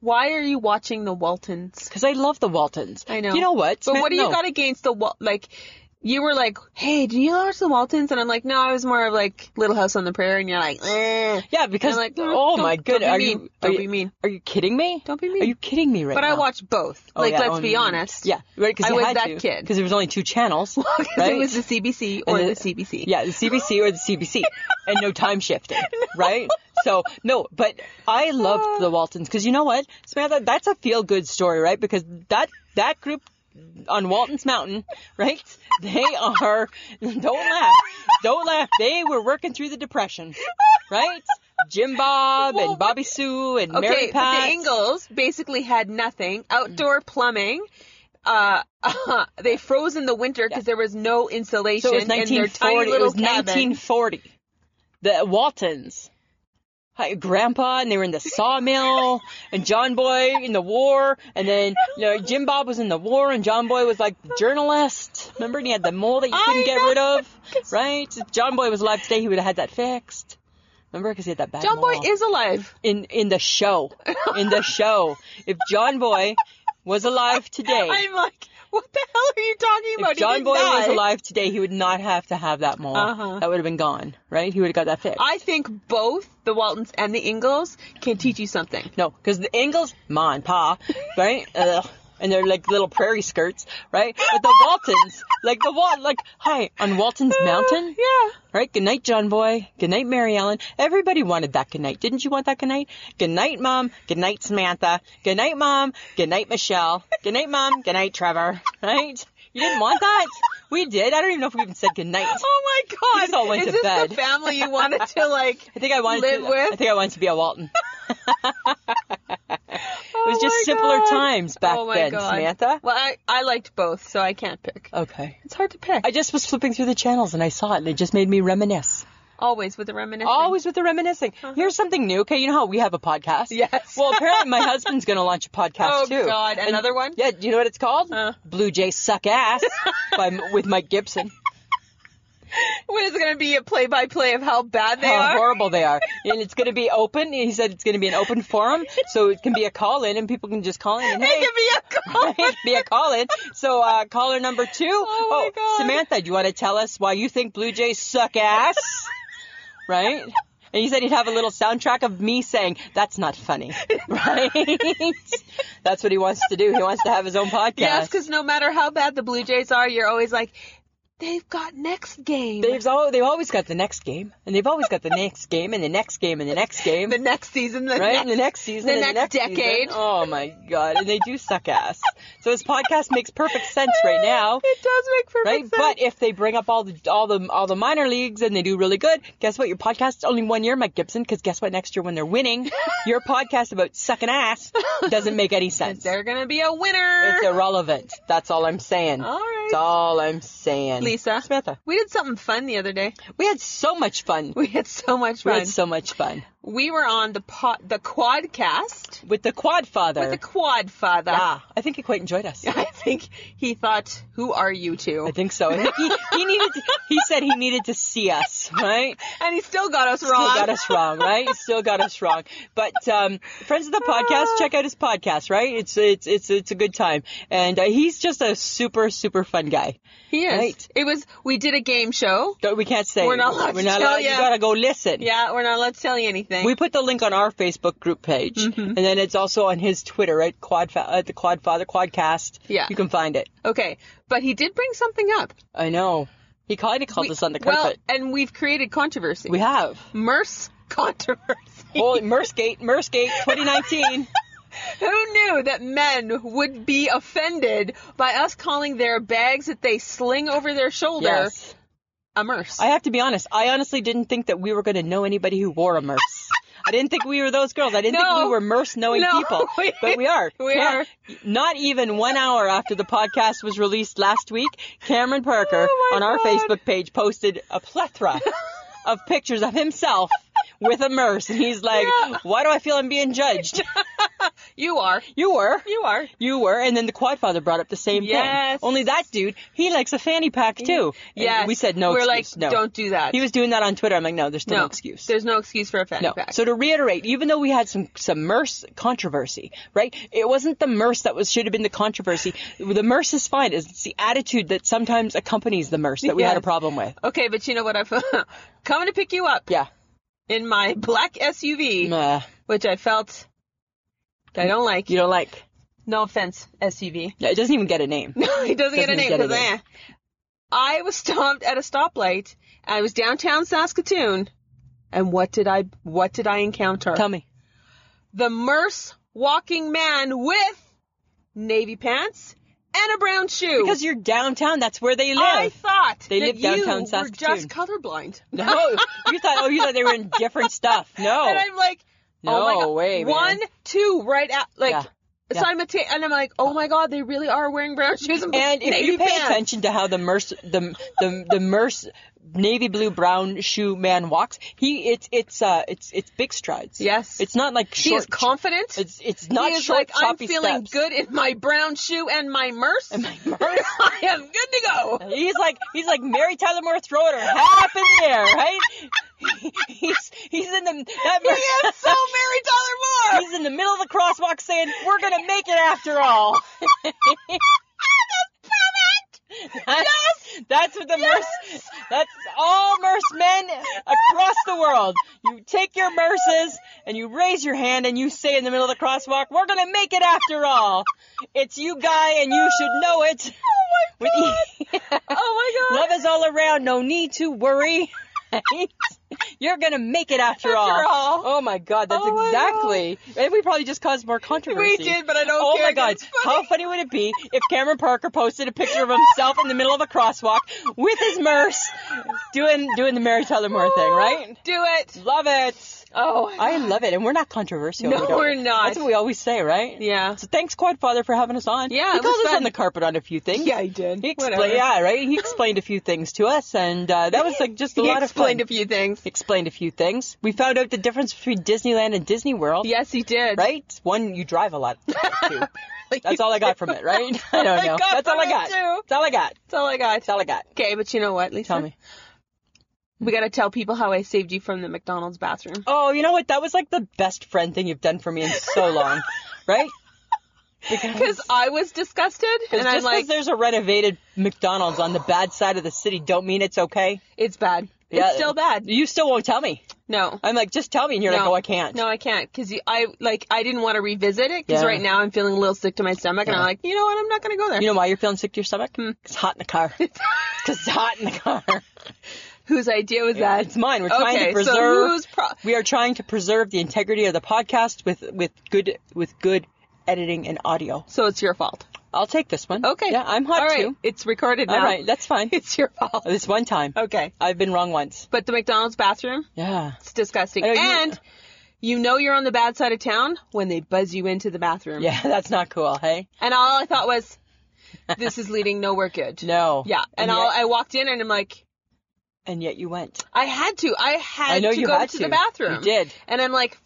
Why are you watching the Waltons? Because I love the Waltons. I know. You know what? But Smith- what do you no. got against the Wal? Like, you were like, "Hey, do you watch the Waltons?" And I'm like, "No, I was more of like Little House on the Prairie." And you're like, eh. Yeah, because I'm like, "No, oh don't- my don't be goodness, are mean. you? Are Don't you, be mean. Are you kidding me? Don't be mean. Are you kidding me right But now? I watch both. Oh, like, yeah, let's oh, be no, no, no. honest. Yeah, right. Because I was that kid. Because there was only two channels. Because right? it was the CBC or And the, the- CBC. Yeah, the CBC or the CBC, and no time shifting, right? So no, but I loved the Waltons because you know what, Samantha, that's a feel good story, right? Because that that group on Walton's Mountain, right? They are don't laugh, don't laugh. They were working through the depression, right? Jim Bob Well, and Bobby Sue and Mary Okay, but Pat. Mm. the Ingalls basically had nothing. Outdoor plumbing. Uh, they froze in the winter because there was no insulation so it was in their tiny 1940. It little was cabin. 1940. The Waltons. Hi, Grandpa, and they were in the sawmill, and John Boy in the war, and then you know, Jim Bob was in the war, and John Boy was like the journalist. Remember, and he had the mole that you couldn't I get know. rid of, right? If John Boy was alive today, he would have had that fixed. Remember, because he had that bad John Boy mole. is alive. in in the show, in the show. If John Boy was alive today, I'm like, what the hell are you talking about? if He John didn't Boy was die. alive today, he would not have to have that mole. Uh-huh. That would have been gone, right? He would have got that fixed. I think both the Waltons and the Ingalls can teach you something. No, because the Ingalls, ma and pa, right? Ugh. And they're like little prairie skirts, right? But the Waltons, like the Wal, like hi on Walton's Mountain, Yeah. right? Good night, John Boy. Good night, Mary Ellen. Everybody wanted that good night. Didn't you want that good night? Good night, Mom. Good night, Samantha. Good night, Mom. Good night, Michelle. Good night, Mom. Good night, Trevor. Right? You didn't want that? We did. I don't even know if we even said good night. Oh my God. We just all went is to this bed. the family you wanted to like? I think I wanted live to, with? I think I wanted to be a Walton. It was just simpler times back oh my then, God. Samantha. Well, I, I liked both, so I can't pick. Okay. It's hard to pick. I just was flipping through the channels and I saw it and it just made me reminisce. Always with the reminiscence. Always with the reminiscing. Here's something new. Okay, you know how we have a podcast? Uh-huh. Yes. Well, apparently my husband's going to launch a podcast Oh too. God, And- another one? Yeah, do you know what it's called? Uh. Blue Jays Suck Ass by, with Mike Gibson. What is it going to be? A play-by-play of how bad they how are? horrible they are. And it's going to be open. He said it's going to be an open forum, so it can be a call in, and people can just call in. And, It hey, could be a call. it be a call in. So uh, caller number two. Oh, my God. Samantha, do you want to tell us why you think Blue Jays suck ass? right? And he said he'd have a little soundtrack of me saying, "That's not funny," right? That's what he wants to do. He wants to have his own podcast. Yes, because no matter how bad the Blue Jays are, you're always like, they've got next game. They've, al- they've always got the next game, and they've always got the next game, and the next game, and the next game. the next season, the right? next in the next season, the and next season. decade. Oh my god! And they do suck ass. So this podcast makes perfect sense right now, It does make perfect right? sense. But if they bring up all the all the all the minor leagues and they do really good, guess what? Your podcast's only one year, Mike Gibson. Because guess what? Next year when they're winning, your podcast about sucking ass doesn't make any sense. they're gonna be a winner. It's irrelevant. That's all I'm saying. All right. That's all I'm saying. Lisa. Samantha, we did something fun the other day. we had so much fun. We had so much We fun. had so much fun we were on the pod, the quadcast with the Quad Father. with the Ah. quad father. yeah, I think he quite enjoyed us. I think he thought, "Who are you two? I think so. I think he, he needed. To, he said he needed to see us, right? And he still got us wrong. Still got us wrong, right? He Still got us wrong. But um, friends of the Ah. podcast, check out his podcast, right? It's it's it's it's a good time, and uh, he's just a super super fun guy. He is. Right. It was. We did a game show. Don't- We can't say We're not allowed We're to not tell allowed- ya. You gotta go listen. Yeah, we're not allowed to tell you anything. We put the link on our Facebook group page, Mm-hmm. and then it's also on his Twitter, right? Quad fa- uh, the Quad Father Quadcast. Yeah. you can find it. okay, but he did bring something up. I know. He kind of called We- us on the well, carpet. and we've created controversy. we have. Merce controversy. Holy Mersgate, Mersgate 2019. Who knew that men would be offended by us calling their bags that they sling over their shoulder yes. a merce? I have to be honest. I honestly didn't think that we were going to know anybody who wore a merce. I didn't think we were those girls. I didn't think No. we were merce knowing No, people. we- but we are. we are. Cam- Not even one hour after the podcast was released last week, Cameron Parker Oh my on our God. Facebook page posted a plethora of pictures of himself with a merce. And he's like, Yeah. why do I feel I'm being judged? you are. You were. You are. You were, and then the Quadfather brought up the same Yes. thing. Only that dude, he likes a fanny pack too. And Yes. we said no We're excuse. like, no. don't do that. He was doing that on Twitter. I'm like, no, there's still no, excuse. There's no excuse for a fact. no. So to reiterate, even though we had some some Merce controversy, right? It wasn't the Merce that was should have been the controversy. The Merce is fine. It's the attitude that sometimes accompanies the Merce that we had a Yes. problem with. okay, but you know what? I've coming to pick you up Yeah. in my black SUV, Uh, which I felt I don't like. you don't like. No offense, SUV. Yeah, it doesn't even get a name. No, he doesn't, get a Doesn't name get a 'cause, name. eh. I was stopped at a stoplight. I was downtown Saskatoon, and what did I what did I encounter? Tell me. the Merce walking man with navy pants and a brown shoe. Because you're downtown. That's where they live. I thought They that live downtown you were Saskatoon. just colorblind. no, you thought. Oh, you thought they were in different stuff. No. And I'm like, oh my No god, way, man. one, two, right at like. Yeah. Yeah. Simultaneous, and I'm like, oh my god, they really are wearing brown shoes and, And if navy you pay pants. attention to how the merce the the the merce navy blue brown shoe man walks, he it's it's uh it's it's big strides. Yes. It's not like She short. is confident. It's it's not he is short like, I'm choppy feeling steps. good in my brown shoe and my merce. And my merce. I am good to go. He's like he's like Mary Tyler Moore throwing her hat up in the air, right? He's he's in the that He is so Mary Tyler Moore. he's in the middle of the crosswalk saying, "We're gonna make it after all." That's, that's what the merce. That's all merce men across the world. You take your merces and you raise your hand and you say in the middle of the crosswalk, "We're gonna make it after all." It's you, guy, and you should know it. Oh my god! Oh my god. Love is all around. No need to worry. You're gonna make it after, After all. all. Oh my god, that's Oh my exactly. And we probably just caused more controversy. we did, but I don't Oh care. my god, 'cause it's funny. how funny would it be if Cameron Parker posted a picture of himself in the middle of a crosswalk with his merce doing doing the Mary Tyler Moore thing, right? Do it. Love it. Oh, I love it, and we're not controversial. No, we don't- we're not. That's what we always say, right? yeah. So thanks, Quadfather, for having us on. Yeah, he it called was us fun. on the carpet on a few things. I did. He Whatever. explained, yeah, right. He explained a few things to us, and uh, that was like just a He lot of fun. explained a few things. explained a few things. We found out the difference between Disneyland and Disney World. Yes, he did. Right? One, you drive a lot. Two, that's all I got from it, right? I don't I know. got That's all from I it got. too. That's all I got. That's all I got. That's all I got. Okay, but you know what, Lisa? Tell me. We gotta tell people how I saved you from the McDonald's bathroom. Oh, you know what? That was like the best friend thing you've done for me in so long, right? Because I was disgusted, and Just I'm because like, there's a renovated McDonald's on the bad side of the city, don't mean it's okay. it's bad. Yeah. It's still bad. You still won't tell me. No. I'm like, just tell me, and you're like, No. oh, I can't. No, I can't because I like I didn't want to revisit it because Yeah. right now I'm feeling a little sick to my stomach and I'm like, you know what, I'm not gonna go there. You know why you're feeling sick to your stomach? Hmm. It's hot in the car. Because it's hot in the car. Whose idea was that? It's mine. We're trying to Okay, preserve. so who's pro- we are trying to preserve the integrity of the podcast with with good with good editing and audio. so it's your fault. I'll take this one. Okay. Yeah, I'm hot All right. too. It's recorded now. All right, that's fine. It's your fault. This one time. Okay. I've been wrong once. But the McDonald's bathroom, Yeah. it's disgusting. I know you- and you know you're on the bad side of town when they buzz you into the bathroom. Yeah, that's not cool, hey? And all I thought was, this is leading nowhere good. No. Yeah. And, all, yet, I walked in and I'm like, and yet you went. I had to. I had I know to you go had to to. the bathroom. You did. And I'm like,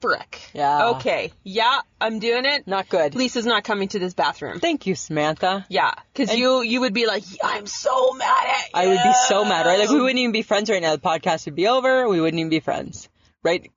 frick. Yeah. Okay. Yeah, I'm doing it. Not good. Lisa's not coming to this bathroom. Thank you, Samantha. Yeah, because And- you you would be like, I'm so mad at you. I would be so mad, right? Like we wouldn't even be friends right now. The podcast would be over. We wouldn't even be friends, right?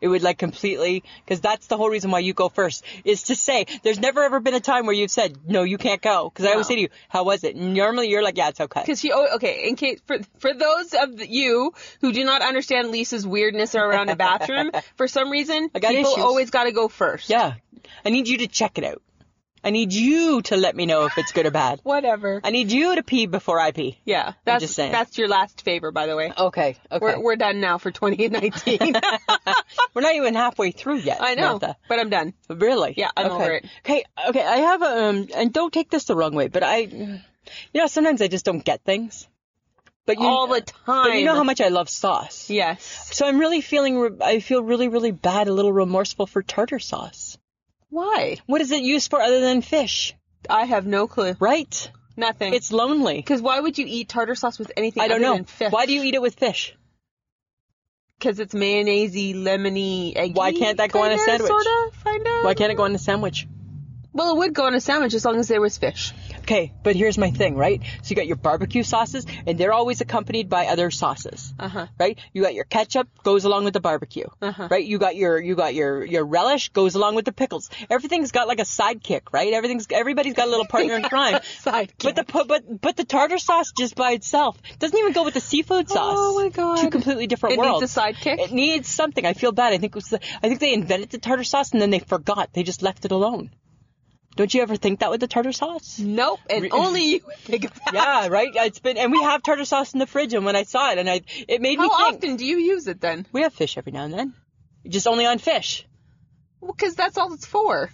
It would like completely because that's the whole reason why you go first is to say there's never ever been a time where you've said no, you can't go because I always No. say to you, how was it? Normally you're like, yeah, it's okay. Because she, oh, okay, in case, for, for those of the- you who do not understand Lisa's weirdness around a bathroom, for some reason, got people issues. always gotta go first. Yeah, I need you to check it out. I need you to let me know if it's good or bad. Whatever. I need you to pee before I pee. yeah, that's, just saying. that's your last favor, by the way. Okay, okay. We're, we're done now for 2019. We're not even halfway through yet. I know, Samantha. but I'm done. Really? Yeah, I'm okay. over it. Okay, okay. I have a, um, and don't take this the wrong way, but I, you know, sometimes I just don't get things. But you, All the time. But you know how much I love sauce. Yes. So I'm really feeling, re- I feel really, really bad, a little remorseful for tartar sauce. Why? What is it used for other than fish? I have no clue. Right? Nothing. It's lonely. because why would you eat tartar sauce with anything I don't other know. than fish? Why do you eat it with fish? Because it's mayonnaisey, lemony, eggy. Why can't that go on a kinda, sandwich? Sorta, kinda. Why can't it go on a sandwich? Well, it would go on a sandwich as long as there was fish. Okay, but here's my thing, right? So you got your barbecue sauces, and they're always accompanied by other sauces. Uh-huh. Right? You got your ketchup goes along with the barbecue. Uh-huh. Right? You got your you got your your relish goes along with the pickles. Everything's got like a sidekick, right? Everything's everybody's got a little partner in crime. Sidekick. But the pu- but but the tartar sauce just by itself doesn't even go with the seafood sauce. Oh my God. Two completely different It needs worlds. a sidekick? It needs something. I feel bad. I think it was the, I think they invented the tartar sauce and then they forgot. They just left it alone. Don't you ever think that with the tartar sauce? Nope, and only you would think of that. Yeah, right. It's been and we have tartar sauce in the fridge. And when I saw it, and I it made How me think often do you use it then? we have fish every now and then, just only on fish. Because that's all it's for.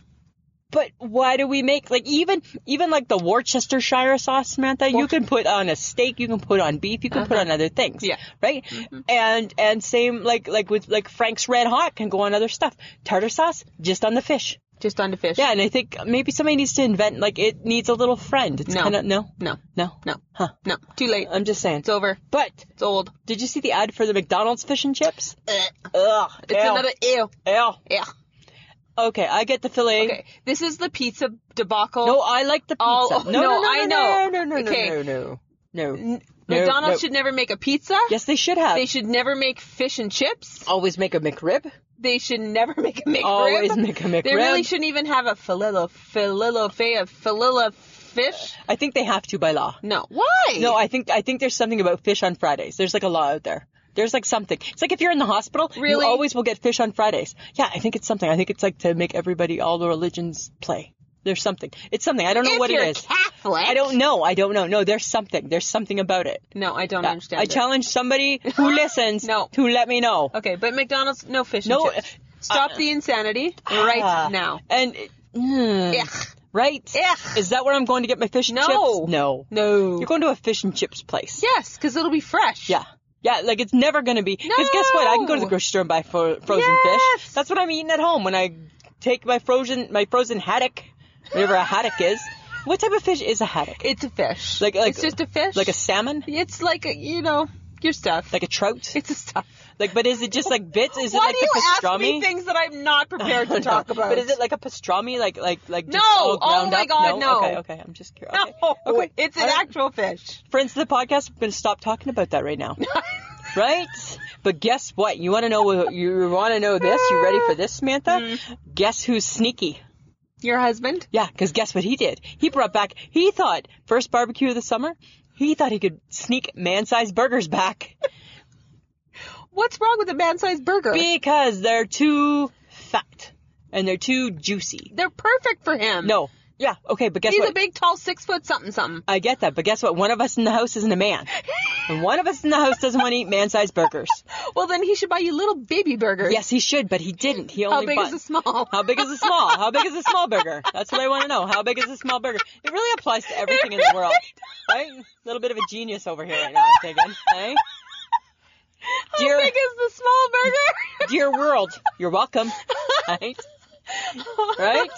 But why do we make like even even like the Worcestershire sauce, Samantha? You can put on a steak, you can put on beef, you can put on other things. Uh-huh. Yeah. Mm-hmm. right. And and same like like with like Frank's Red Hot can go on other stuff. Tartar sauce just on the fish. Just onto fish. Yeah, and I think maybe somebody needs to invent like it needs a little friend. It's No. kind of no, No. no, No. Huh. No. Too late. I'm just saying. It's over. but It's old. Did you see the ad for the McDonald's fish and chips? It's Ugh. ew, another ew. ew. Yeah. Okay, I get the fillet. Okay. This is the pizza debacle. No, I like the pizza. Oh, All- no, no, no, no, I no, know. No, no, no, Okay. no, no, no, no. McDonald's no. should never make a pizza. Yes, they should have. They should never make fish and chips. always make a McRib. They should never make a McRib. Always make a McRib. They really shouldn't even have a filillo, filillo, fe, a filillo fish. I think they have to by law. No. Why? No, I think I think there's something about fish on Fridays. There's like a law out there. There's like something. It's like if you're in the hospital, Really? you always will get fish on Fridays. Yeah, I think it's something. I think it's like to make everybody all the religions play. There's something. It's something. I don't know if what you're it is. Catholic. I don't know. I don't know. No, there's something. There's something about it. No, I don't understand. I it. challenge somebody who listens No. to let me know. Okay, but McDonald's no fish No, uh, and chips. Stop the insanity right Ah. now. And mm, Ugh. right? Ugh. Is that where I'm going to get my fish and No. chips? No. No. You're going to a fish and chips place. yes, because it'll be fresh. Yeah. Yeah, like it's never gonna be. Because guess what? I can go to the No. grocery store and buy fro- frozen Yes. fish. That's what I'm eating at home when I take my frozen my frozen haddock, whatever a haddock is. What type of fish is a haddock? It's a fish. Like like it's just a fish. Like a salmon? It's like a you know your stuff. Like a trout? it's a stuff. Like, but is it just like bits? Is Why it like do you the pastrami? ask me things that I'm not prepared I to don't talk know. about? But is it like a pastrami? Like like like just No! all Oh ground my up? God, no. Okay, okay. I'm just curious. Okay. No, okay. it's an All right. actual fish. Friends of the podcast, we're gonna stop talking about that right now. right? But guess what? You want to know? what- You want to know this? You ready for this, Samantha? Hmm. Guess who's sneaky? Your husband? Yeah, because guess what he did? He brought back. He thought first barbecue of the summer. He thought he could sneak man-sized burgers back What's wrong with a man-sized burger? because they're too fat and they're too juicy. They're perfect for him. No. Yeah. Okay. But guess He's what? a big, tall, six foot something something. I get that, but guess what? One of us in the house isn't a man. And one of us in the house doesn't want to eat man-sized burgers. Well, then he should buy you little baby burgers. Yes, he should, but he didn't. He How only big bought. is a small? How big is a small? How big is a small burger? That's what I want to know. How big is a small burger? It really applies to everything in the world, right? A little bit of a genius over here right now, I'm thinking. Hey, How Dear- big is the small burger? dear world, you're welcome. Right? Right?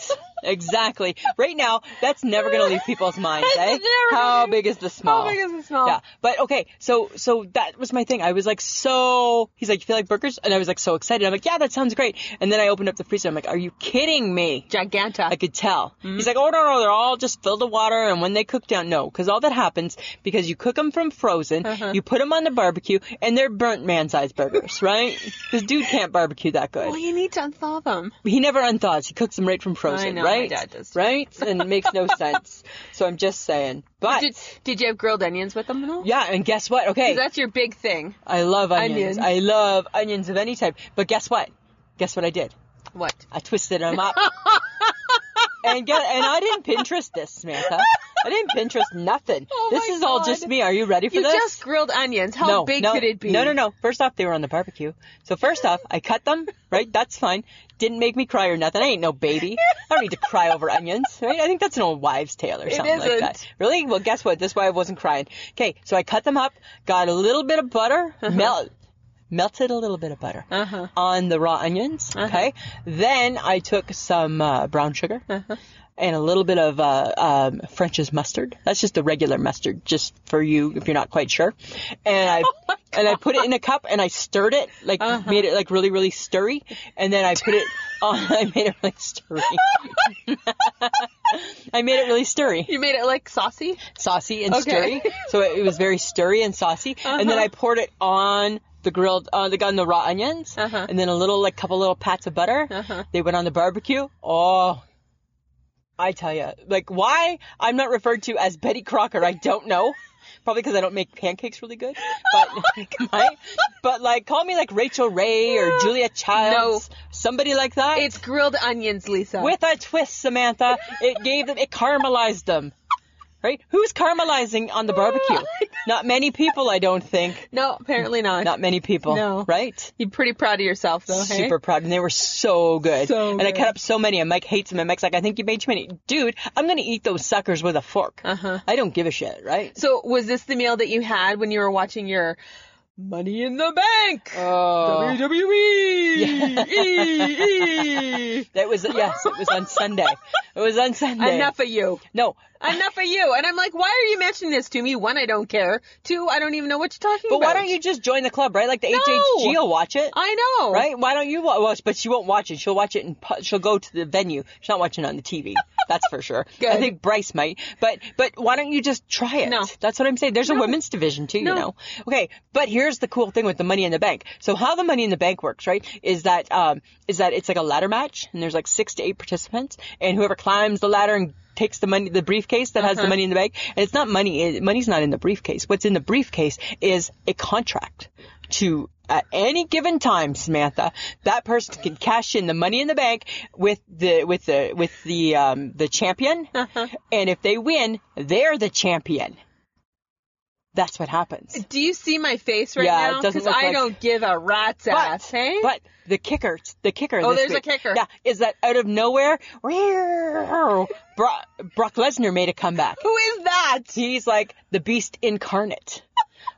Exactly. Right now, that's never gonna leave people's minds, It's eh? never gonna How leave- big is the small? How big is the small? Yeah, but okay. So so that was my thing. I was like so. He's like, you feel like burgers, and I was like so excited. I'm like, yeah, that sounds great. And then I opened up the freezer. I'm like, are you kidding me? Giganta. I could tell. Mm-hmm. He's like, oh no no, they're all just filled with water, and when they cook down, no, because all that happens because you cook them from frozen, Uh-huh. you put them on the barbecue, and they're burnt man-sized burgers, right? this dude can't barbecue that good. well, you need to unthaw them. He never unthaws. He cooks them right from frozen, know, my right? dad does too. Right? And it makes no sense. So I'm just saying. But Did, did you have grilled onions with them at all? yeah, and guess what? Okay, 'Cause That's your big thing. I love Onions. onions. I love onions of any type. But guess what? Guess what I did? What? I twisted them up. and get, and I didn't Pinterest this, Samantha. I didn't Pinterest nothing. Oh this my is all God. just me. Are you ready for You this? just grilled onions. How no, big no, could it be? No, no, no. First off, they were on the barbecue. So first off, I cut them, right? That's fine. Didn't make me cry or nothing. I ain't no baby. I don't need to cry over onions, right? I think that's an old wives' tale or something like that. isn't. Really? Well, guess what? This why I wasn't crying. Okay, so I cut them up, got a little bit of butter, melt, melted a little bit of butter Uh-huh. on the raw onions. Okay. Then I took some uh, brown sugar and a little bit of uh, um, French's mustard. That's just the regular mustard, just for you if you're not quite sure. And I and I put it in a cup and I stirred it, like made it like really really stirry. And then I put it on. I made it really stirry. I made it really stirry You made it like saucy? saucy and Okay. Uh-huh. stirry. So it, it was very stirry and saucy. And then I poured it on the grilled, uh, the on the raw onions, Uh-huh. and then a little like couple little pats of butter. Uh-huh. They went on the barbecue. Oh. I tell you, like why I'm not referred to as Betty Crocker, I don't know. Probably because I don't make pancakes really good. But, Oh right? but like, call me like Rachel Ray or Julia Childs, somebody like that. It's grilled onions, Lisa. With a twist, Samantha. It gave them, it caramelized them. Right? Who's caramelizing on the barbecue? Not many people, I don't think. No, apparently not. Not many people. No. Right? You're pretty proud of yourself, though, hey? Super proud. And they were so good. So and I good. cut up so many. And Mike hates them. And Mike's like, I think you made too many. Dude, I'm going to eat those suckers with a fork. Uh-huh. I don't give a shit, right? So, was this the meal that you had when you were watching your Money in the Bank? Oh. WWE! Yeah. E, e. That was, yes, it was on Sunday. It was on Sunday. Enough of you. No, Enough of you. And I'm like, why are you mentioning this to me? One, I don't care. Two, I don't even know what you're talking but about. why don't you just join the club, right? Like the HHG will watch it. I know. right? Why don't you wa- watch? But she won't watch it. She'll watch it and she'll go to the venue. She's not watching it on the TV. That's for sure. I Good. think Bryce might. But but why don't you just try it? No. That's what I'm saying. There's a women's division too, No. you know. Okay, but here's the cool thing with the Money in the Bank. So how the Money in the Bank works, right? Is that um is that it's like a ladder match and there's like six to eight participants and whoever climbs the ladder and takes the money the briefcase that Uh-huh. has the money in the bank and it's not money money's not in the briefcase what's in the briefcase is a contract to at any given time, Samantha, that person can cash in the money in the bank with the with the with the um, the champion, Uh-huh. and if they win, they're the champion. That's what happens. Do you see my face right Yeah, it now? doesn't Because look I like- don't give a rat's ass, hey? Uh, but the kicker, the kicker. Oh, this there's a week, kicker. Yeah, is that out of nowhere? Bro- Brock Lesnar made a comeback. Who is that? He's like the beast incarnate.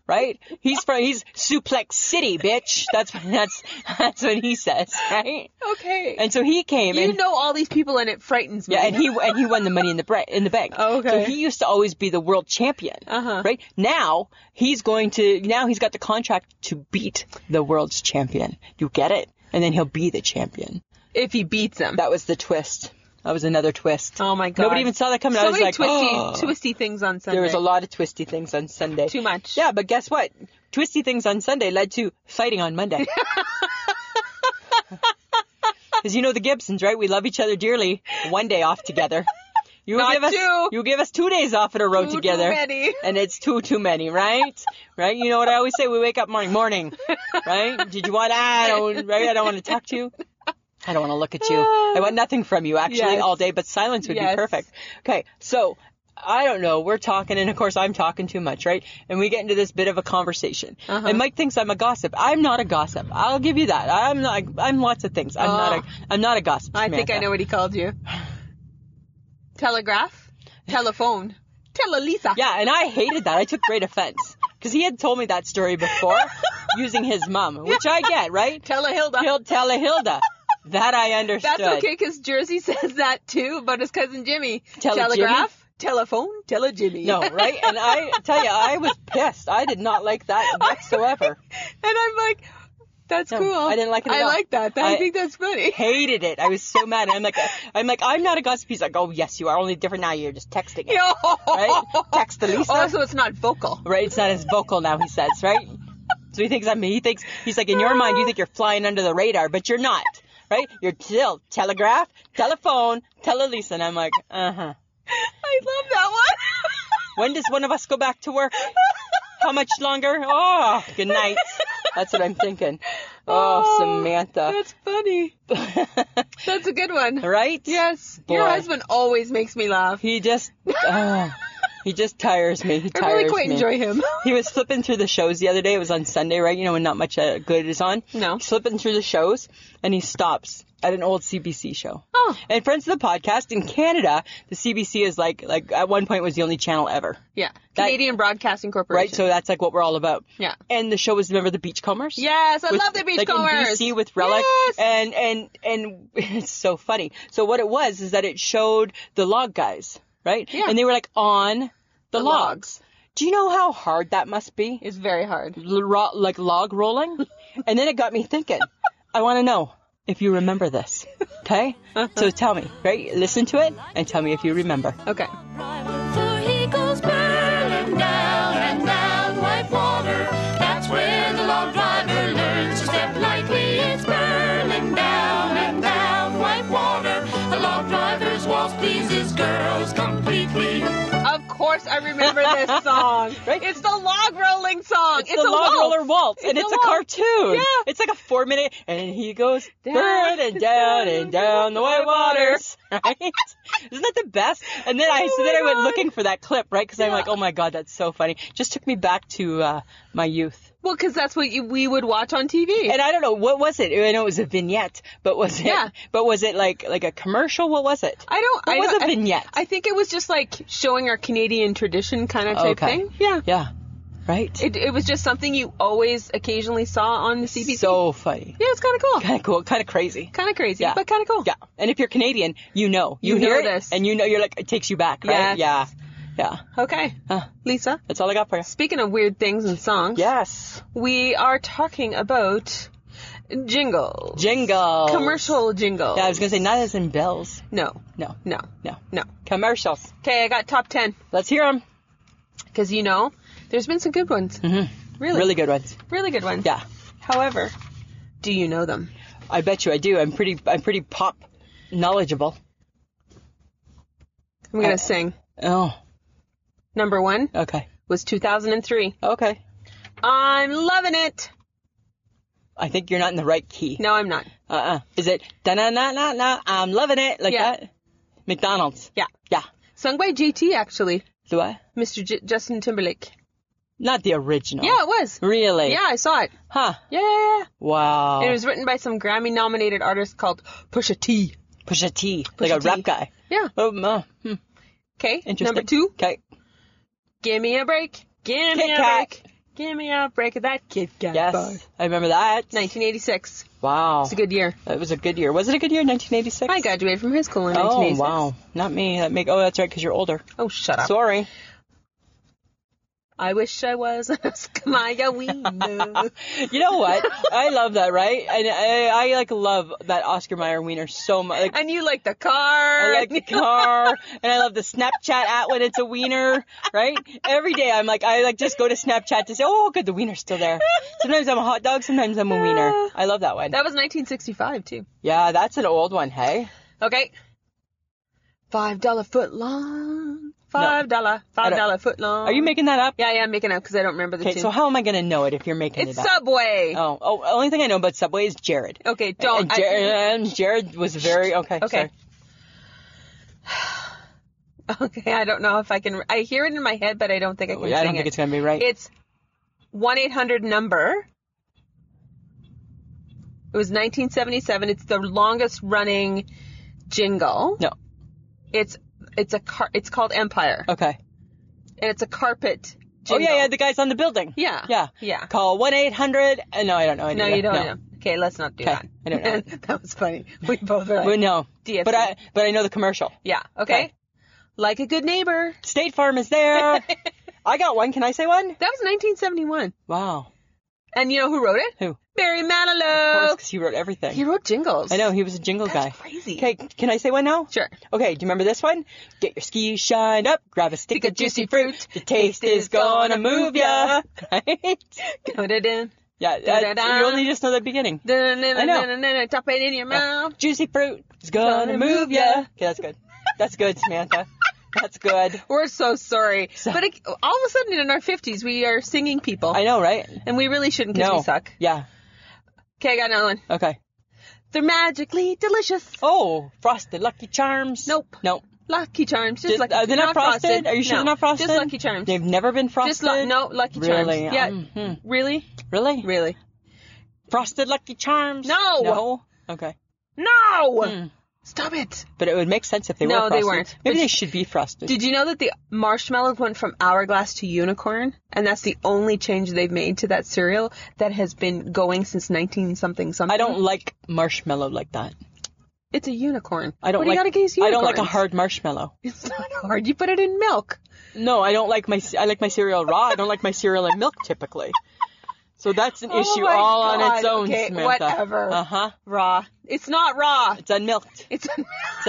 right? He's from he's Suplex City, bitch. That's that's that's what he says, right? Okay. And so he came you and know all these people, and it frightens me. yeah, and he and he won the money in the bra- in the bank. Oh, okay. So he used to always be the world champion, Uh-huh. right? Now he's going to now he's got the contract to beat the world's champion. You get it? And then he'll be the champion. if he beats him. That was the twist. That was another twist. oh my god. Nobody even saw that coming. So I was many like, twisty, "Oh." twisty things on Sunday. There was a lot of twisty things on Sunday. Too much. Yeah, but guess what? Twisty things on Sunday led to fighting on Monday. Because you know the Gibsons, right? We love each other dearly. One day off together. You Not give us two. you give us two days off in a row Too, together, Too many. and it's too too many, right? right? You know what I always say? We wake up morning, morning, right? Did you want? I don't. Right? I don't want to talk to you. I don't want to look at you. I want nothing from you actually Yes. all day, but silence would Yes. be perfect. Okay, so I don't know. We're talking, and of course, I'm talking too much, right? And we get into this bit of a conversation. Uh-huh. And Mike thinks I'm a gossip. I'm not a gossip. I'll give you that. I'm not. I'm lots of things. I'm not a. Oh. I'm not a gossip. I think I Samantha. know what he called you. Telegraph, telephone, telelisa. Yeah, and I hated that. I took great offense because he had told me that story before using his mom, which I get, right? telehilda. He'll tell a Hilda. That I understood. That's okay because Jersey says that too about his cousin Jimmy. Tele- Telegraph, telephone, tele Jimmy. No, and right? And I tell you, I was pissed. I did not like that whatsoever. I'm like, that's No, cool. I didn't like it at I all. like that. I, I- think that's funny. Hated it. I was so mad. I'm like, I'm like, I'm not a gossip. He's like, oh yes, you are. Only different now. You're just texting it, right? Text the Lisa. Also, Oh, it's not vocal. right? It's not as vocal now. He says, right? So he thinks I'm. He thinks he's like in your mind. You think you're flying under the radar, but you're not, right? You're still telegraph, telephone, tele Lisa. And I'm like, uh huh. I love that one. When does one of us go back to work? How much longer? Oh, good night. That's what I'm thinking. Oh, Oh, Samantha. That's funny. That's a good one. right? Yes. Your Boy. husband always makes me laugh. He just, oh, he just tires me. He I tires really quite me. enjoy him. He was flipping through the shows the other day. It was on Sunday, right? You know, when not much uh, good is on. No. He's flipping through the shows, and he stops at an old CBC show. Oh. And friends of the podcast in Canada, the CBC is like, like at one point was the only channel ever, Yeah. That- Canadian Broadcasting Corporation. right? So that's like what we're all about. yeah. And the show was remember the Beachcombers. Yes, I with- love the like in beachgoers. DC with Relic, Yes. and and and it's so funny. So what it was is that it showed the log guys, right? Yeah. And they were like on the, The logs. Do you know how hard that must be? It's very hard. L- ro- like log rolling, and then it got me thinking. I want to know if you remember this, okay? so tell me, right? Listen to it and tell me if you remember. Okay. For he goes burning down and down like water. That's where the log driver learns to step lightly. It's burning down and down like water. The log driver's waltz pleases girls completely. Of course, I remember this song. Right? It's the log rolling song. It's, It's, the a log waltz. roller waltz, and It's it's a a, waltz. cartoon. Yeah. It's like a four minute, and he goes Down, down and down and down the white waters. Right? Isn't that the best? And then I so Oh my then I went God. looking for that clip, right? Because I'm Yeah. like, oh my god, that's so funny. Just took me back to uh, my youth. Well, because that's what you, we would watch on TV. And I don't know what was it. I know it was a vignette, but was it? Yeah. But was it like like a commercial? What was it? I don't. What I was don't, a vignette? I, I think it was just like showing our Canadian tradition kind of type Okay. thing. Yeah. yeah. Right. It, it was just something you always occasionally saw on the CBC. So funny. yeah, it's kind of cool. Kind of cool. Kind of crazy. Kind of crazy, Yeah. but kind of cool. Yeah. And if you're Canadian, you know. You, You hear know it, this. and you know you're like it takes you back, Yes. right? Yeah. Yeah. Okay. Huh. Lisa, That's all I got for you. speaking of weird things and songs, Yes. we are talking about jingle. Jingle. Commercial jingle. Yeah, I was gonna say not as in bells. No, No. no, No. no. Commercials. Okay, I got top 10 Let's hear them. because you know, there's been some good ones. Really, Mm-hmm. Really good ones. really good ones. Yeah. However, do you know them? I bet you I do. I'm pretty. I'm pretty pop knowledgeable. I'm going to Uh, sing. Oh. Number one Okay. was 2003. Okay. I'm loving it. I think you're not in the right key. No, I'm not. Uh. uh Is it da na na na na? I'm loving it like Yeah. that. McDonald's. Yeah. Yeah. Sung by JT, actually. Do I? Mr. J- Justin Timberlake. Not the original. Yeah, it was. Really? Oh. Yeah, I saw it. Huh. Yeah, yeah, yeah. Wow. And it was written by some Grammy nominated artist called Pusha T. Pusha T, like Pusha a T. rap guy. Yeah. Oh, no. Hmm. Okay. Interesting. Number two, Okay. Give Me a Break. Give Kit Me a Kat. Break. Give me a break of that Kit Kat Yes, bar. I remember that. 1986. Wow, It's a good year. that was a good year. Was it a good year? 1986. I graduated from high school in Oh 1986. wow, not me. That make. Oh, that's right, because you're older. Oh, shut up. Sorry. I wish I was a Skamaya Wiener. You know what? I love that, right? And I, I like love that Oscar Mayer wiener so much. Like, and you like the car. I like the car, and I love the Snapchat at when it's a wiener, right? Every day I'm like, I like just go to Snapchat to say, oh, good, the wiener's still there. Sometimes I'm a hot dog, sometimes I'm a wiener. I love that one. That was 1965 too. Yeah, that's an old one, hey? Okay. Five dollar foot long. Five dollar. I Five don't- dollar foot long. Are you making that up? Um, Yeah, yeah, I'm making up because I don't remember the Okay, tune. so how am I gonna know it if you're making it's it up? Subway. Oh, oh, only thing I know about Subway is Jared. Okay, don't. And I- Jared, and Jared was very okay. Okay. sorry. okay, I don't know if I can. I hear it in my head, but I don't think I can Oh, I sing don't think it. it's gonna be right. It's one eight hundred number. It was 1977. It's the longest running jingle. no. It's it's a car. It's called Empire, Okay. and it's a carpet. Oh Jingle. yeah, yeah, the guy's on the building. Yeah. Yeah. Yeah. Call one eight hundred. uh, No, I don't know. any No, of you that. don't know. Okay, let's not do Okay, that. I don't know. that was funny. We both were like, Well, no. DFC. But I but I know the commercial. yeah, okay. Okay. Like a good neighbor. State Farm is there. I got one. Can I say one? That was 1971. Wow. And you know who wrote it? Who? Barry Of Manilow. because he wrote everything. Oh. He wrote jingles. I know he was a jingle That's guy. crazy. Okay, can I say one now? Sure. Okay, do you remember this one? Get your skis shined up, grab a stick Stick of juicy fruit. The taste is gonna move ya. ya. Right? Dun-dun-dun. Yeah, that's, Da-da-da. you only just know the beginning. Dun-dun-dun-dun-dun-dun. Drop it in your mouth. Juicy fruit is gonna move ya. Okay, that's good. That's good, Samantha. That's good. We're so sorry. But it, all of a sudden in our 50s, we are singing people. I know, right? And we really shouldn't because No. we suck. Yeah. Okay, I got another one. Okay. They're magically delicious. Oh, frosted Lucky Charms. Nope. Nope. Lucky Charms. Just Just- Lucky are they not, frosted? Are you sure No, they're not frosted? Just Lucky Charms. They've never been frosted. Just lu- no Lucky Charms. Really? Yeah. Um, hmm. Really? Really? Really? Frosted Lucky Charms. No! No. Okay. No! Stop it. But it would make sense if they No, were they frosted. weren't. Maybe But they you- should be frosted. Did you know that the marshmallows went from hourglass to unicorn, and that's the only change they've made to that cereal that has been going since 19 something something. I don't like marshmallow like that. It's a unicorn. I don't What like. do you got against I unicorns? don't like a hard marshmallow. It's not hard. You put it in milk. No, I don't like my. I like my cereal raw. I don't like my cereal in milk typically. So that's an Oh issue my all on its God. own, Okay, Samantha. whatever. Uh huh. Raw. It's not raw. It's unmilked. It's It's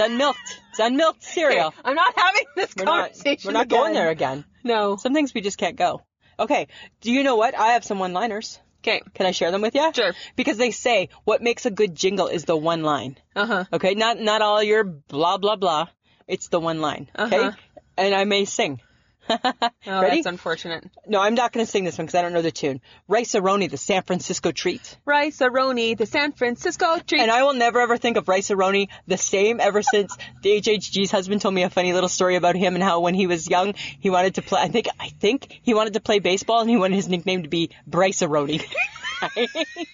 unmilked. It's unmilked cereal. I'm not having this We're not. conversation. We're not going again. there again. No. Some things we just can't go. Okay. Do you know what? I have some one-liners. Okay. Can I share them with you? Sure. Because they say what makes a good jingle is the one line. Uh huh. Okay, not not all your blah blah blah. It's the one line. Okay, Uh-huh. and I may sing. Oh, Ready? that's unfortunate. No, I'm not going to sing this one because I don't know the tune. Rice Aroni, the San Francisco treat. Rice Aroni, the San Francisco treat. And uh, I will never ever think of Rice Aroni the same ever since the HHG's husband told me a funny little story about him and how when he was young he wanted to play. I think I think he wanted to play baseball and he wanted his nickname to be Bryce Aroni.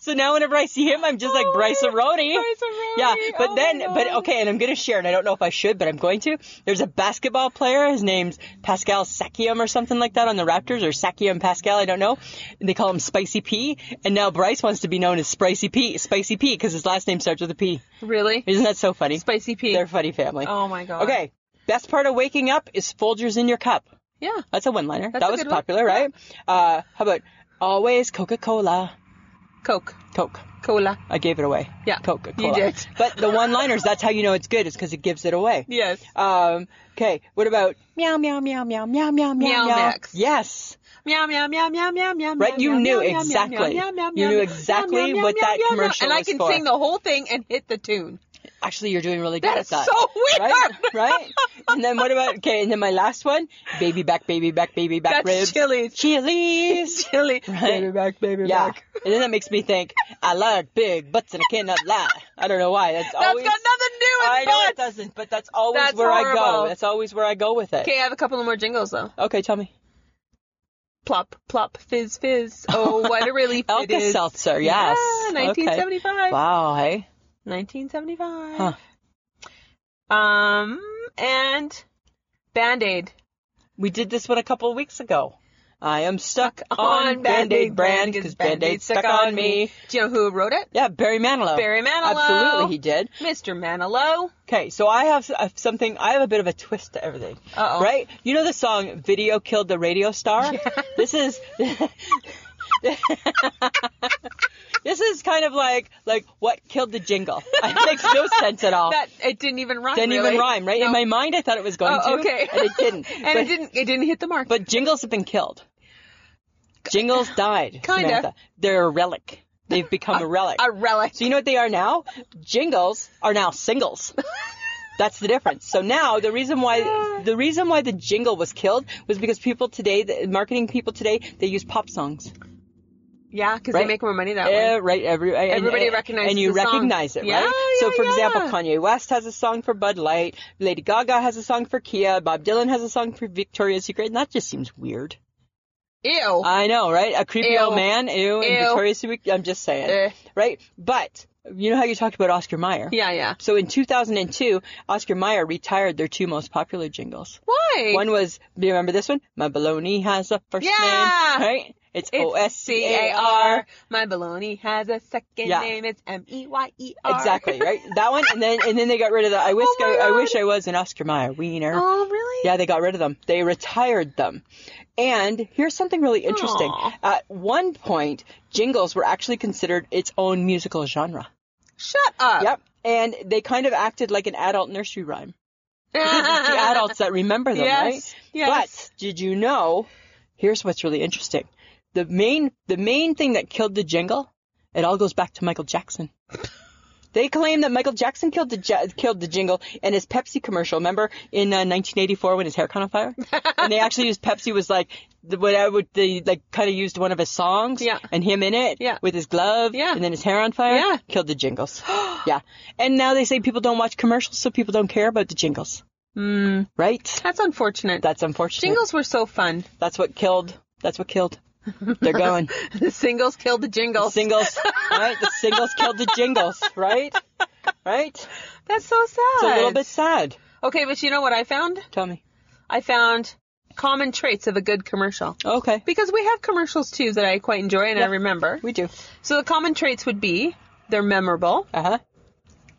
so now whenever I see him, I'm just like Bryce Aroni. Rice Aroni, Yeah, but oh then, my but God. okay, and I'm gonna share, and I don't know if I should, but I'm going to. There's a basketball player. His name's Pascal Sakiam or something like that on the Raptors, or Sakiam Pascal. I don't know. And they call him Spicy P, and now Bryce wants to be known as Spicy P, Spicy P, because his last name starts with a P. Really? Isn't that so funny? Spicy pea. They're a funny family. Oh my god. Okay, best part of waking up is Folgers in your cup. Yeah. That's a one-liner. That's that a was good one. popular, right? Uh, how about always Coca-Cola, Coke. Coke. Cola. I gave it away. Yeah, Coca Cola. you did. But the one liners, that's how you know it's good, is because it gives it away. Yes. Um, okay, what about meow, meow, meow, meow, meow, meow, meow, Meow meow? Mix. Yes. Meow meow meow meow meow meow. Right, meow, you meow, knew meow, meow, exactly. meow, meow, meow, You meow, knew meow, exactly meow, meow, what meow, that meow, meow. commercial And I was can for. sing the whole thing and hit the tune. Actually, you're doing really good That at is that. so weird. Right? Right? And then what about, okay, and then my last one, baby back, baby back, baby back That's ribs. Chili's. Chili's. Chili. Right. Baby back, baby Yeah. back. And then that makes me think, I like big butts and I cannot lie. I don't know why. That's, That's always. got nothing to do with I know it butts. doesn't, but that's always That's where I go. horrible. That's always where I go with it. Okay, I have a couple of more jingles though. Okay, tell me. Plop, plop, fizz, fizz. Oh, what a relief it Elka is. Seltzer, yes. Yeah, 1975. Okay. Wow, hey. 1975. Huh. Um, and Band-Aid. We did this one a couple of weeks ago. I am stuck on on Band-Aid brand because Band-Aid's stuck on me. Do you know who wrote it? Yeah, Barry Manilow. Barry Manilow. Absolutely, he did. Mr. Manilow. Okay, so I have s- I have something. I have a bit of a twist to everything. Uh-oh. Right? You know the song "Video Killed the Radio Star." This is. this is kind of like like what killed the jingle. It makes no sense at all. That it didn't even rhyme. Didn't really. even rhyme, right? In No. my mind, I thought it was going Oh, to, okay. and it didn't. and but, it didn't. It didn't hit the mark. But jingles have been killed. Jingles died. Kinda. Samantha. They're a relic. They've become a relic. a relic. So you know what they are now? Jingles are now singles. That's the difference. So now the reason why the reason why the jingle was killed was because people today, the marketing people today, they use pop songs. yeah, because Right. they make more money that Eh, way. right, every, and- Everybody and, recognizes and you the song. recognize it, Yeah, right? so, yeah, for example, yeah. Kanye West has a song for Bud Light, Lady Gaga has a song for Kia, Bob Dylan has a song for Victoria's Secret, and that just seems weird. Ew. I know, right? A creepy Ew. old man, ew, Ew. and Victoria's Secret. I'm just saying, Eh. right? But you know how you talked about Oscar Mayer? yeah, yeah. So in 2002, Oscar Mayer retired their two most popular jingles. Why? One was, do you remember this one? My baloney has a first Yeah! name, right? It's It's O S C A R. My baloney has a second Yeah. name. It's M E Y E R. Exactly, right? That one, and then and then they got rid of the. I wish Oh my I, I God. wish I was an Oscar Mayer wiener. oh, really? Yeah, they got rid of them. They retired them. And here's something really interesting. Aw. At one point, jingles were actually considered its own musical genre. Shut up. Yep. And they kind of acted like an adult nursery rhyme. It's the adults that remember them, Yes, right? yes. But did you know? Here's what's really interesting. The main the main thing that killed the jingle, it all goes back to Michael Jackson. They claim that Michael Jackson killed the ja- killed the jingle in his Pepsi commercial. Remember in uh, 1984 when his hair caught on fire, and they actually used Pepsi was like the, what I would they like kind of used one of his songs, Yeah. and him in it, Yeah. with his glove, Yeah. and then his hair on fire, Yeah. killed the jingles, yeah. And now they say people don't watch commercials, so people don't care about the jingles, mm. right? That's unfortunate. That's unfortunate. Hmm. Jingles were so fun. That's what killed. That's what killed. They're gone. The singles killed the jingles. singles, right? The singles killed the jingles, right? Right? It's That's so sad. a little bit sad. Okay, but you know what I found? Tell me. I found common traits of a good commercial. Okay. Because we have commercials too that I quite enjoy and I remember. We do. So the common traits would be they're memorable, Uh huh.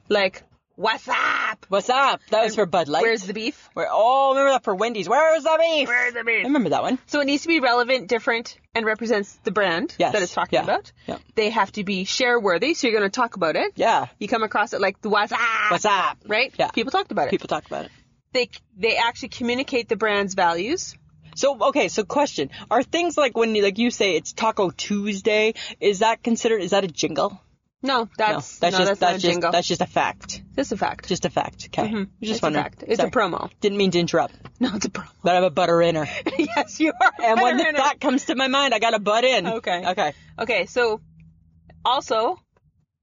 like "What's up? What's up? That was for Bud Light. Where's the beef? Where, oh, remember that for Wendy's. Where's the beef? Where's the I beef?" remember that one. So it needs to be relevant, different, and represents the brand Yes. that it's talking Yeah. about. Yeah. They have to be share worthy, so you're going to talk about it. Yeah. You come across it like the "What's up?" What's up? Right? Yeah. People talked about it. People talk about it. They they actually communicate the brand's values. So okay, so question: Are things like when you like you say it's Taco Tuesday? Is that considered? Is that a jingle? No, that's no, just that's, not a that's just jingle. that's just a fact. That's a fact. Just a fact. Okay. Just it's a wondering. fact. It's Sorry. a promo. Didn't mean to interrupt, No, it's a promo. but I'm a butter inner. yes, you are. And when Better the in it. thought comes to my mind, I gotta butt in. Okay. Okay. Okay, so also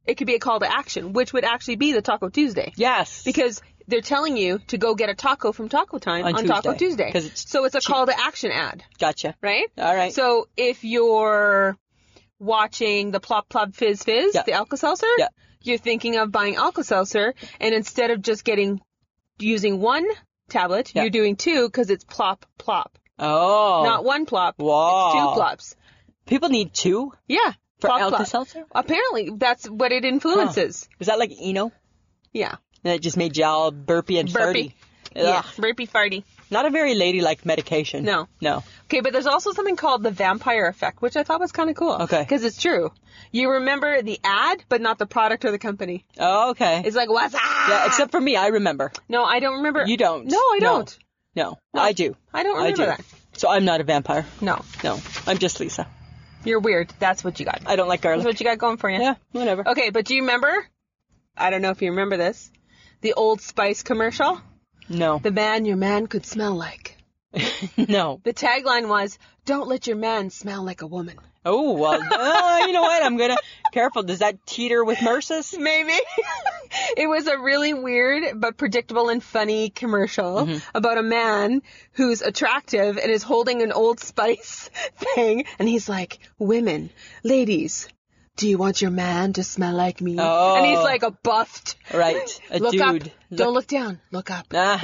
it could be a call to action, which would actually be the Taco Tuesday. Yes. Because they're telling you to go get a taco from Taco Time On on, Taco Tuesday, Tuesday. 'cause it's so it's a call to action ad, gotcha. right? All right. So if you're watching the Plop Plop Fizz Fizz, Yeah. the Alka Seltzer, Yeah. you're thinking of buying Alka Seltzer, and instead of just getting using one tablet, Yeah. you're doing two because it's Plop Plop. Oh. Not one plop. Wow. It's two plops. People need two Yeah. for plop, Alka plop. Seltzer. Apparently, that's what it influences. Was that like Eno? Yeah. And it just made y'all burpy and Burpy. farty. Ugh. Yeah. Burpy farty. Not a very ladylike medication. No. No. Okay, but there's also something called the vampire effect, which I thought was kind of cool. Okay. Because it's true. You remember the ad, but not the product or the company. Oh, okay. It's like, what's up? yeah, except for me, I remember. No, I don't remember. You don't. No, I No. don't. No, I do. I don't I do. remember that. So I'm not a vampire. No. No, I'm just Lisa. You're weird. That's what you got. I don't like That's garlic. what you got going for you. Yeah, whatever. Okay, but do you remember? I don't know if you remember this. The Old Spice commercial. No, The man your man could smell like. no. The tagline was, don't let your man smell like a woman. Oh well, uh, you know what? I'm gonna careful. Does that teeter with Mercis? Maybe. it was a really weird but predictable and funny commercial Mm-hmm. about a man who's attractive and is holding an old spice thing and he's like, Women, ladies, do you want your man to smell like me? Oh. And he's like a buffed Right, a look dude. up. Don't look down. Look up. Ah,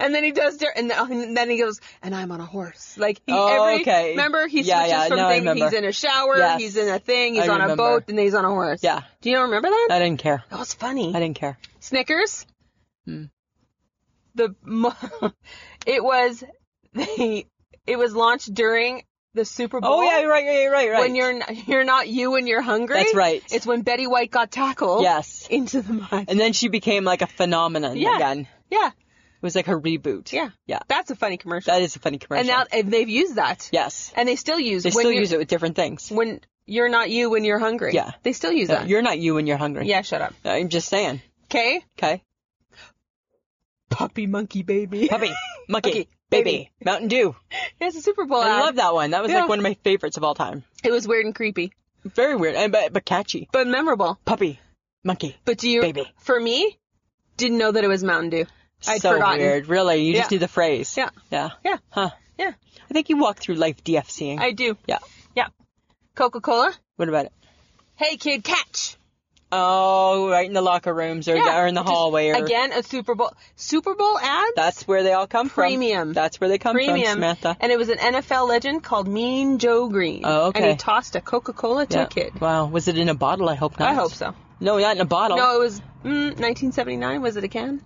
and then he does, der- and, th- and then he goes, and I'm on a horse. Like he, Oh, every, okay. remember he switches Yeah, yeah, from now I thing. remember. He's in a shower, Yes. he's in a thing, he's I on a remember. boat, and then he's on a horse. Yeah. Do you not remember that? I didn't care. that was funny. I didn't care. Snickers. Hmm. The mo- it was the it was launched during the Super Bowl. Oh yeah, you're right, right, right, right. When you're n- you're not you and you're hungry. That's right. It's when Betty White got tackled. yes, Into the mud. and then she became like a phenomenon Yeah. again. It yeah, was like her reboot. yeah, yeah. That's a funny commercial. That is a funny commercial. and now and they've used that. yes, And they still use. they when still you're- use it with different things. when you're not you when you're hungry. Yeah. They still use No, that. you're not you when you're hungry. yeah. Shut up. I'm just saying. Okay. Okay, Puppy monkey baby. puppy, monkey, Monkey, baby, baby. Mountain Dew. it's a Super Bowl. I ad. love that one. That was Yeah. like one of my favorites of all time. It was weird and creepy, Very weird, and but, but catchy. but memorable. Puppy, monkey. But do you, Baby. for me, didn't know that it was Mountain Dew. I'd so forgotten. weird, really. You just Yeah. knew the phrase. Yeah. Yeah. Yeah. Huh. Yeah. I think you walk through life DFCing. I do. yeah. Yeah. Coca Cola. What about it? Hey kid, catch. Oh, right in the locker rooms or, Yeah. or in the Just- hallway. Or, Again, a Super Bowl Super Bowl ad. That's where they all come Premium. from. That's where they come from, Premium, Samantha. and it was an NFL legend called Mean Joe Green. Oh, okay. And he tossed a Coca Cola to Yeah. a kid. Wow. Was it in a bottle? I hope not. I hope so. No, not in a bottle. No, it was mm, 1979. Was it a can?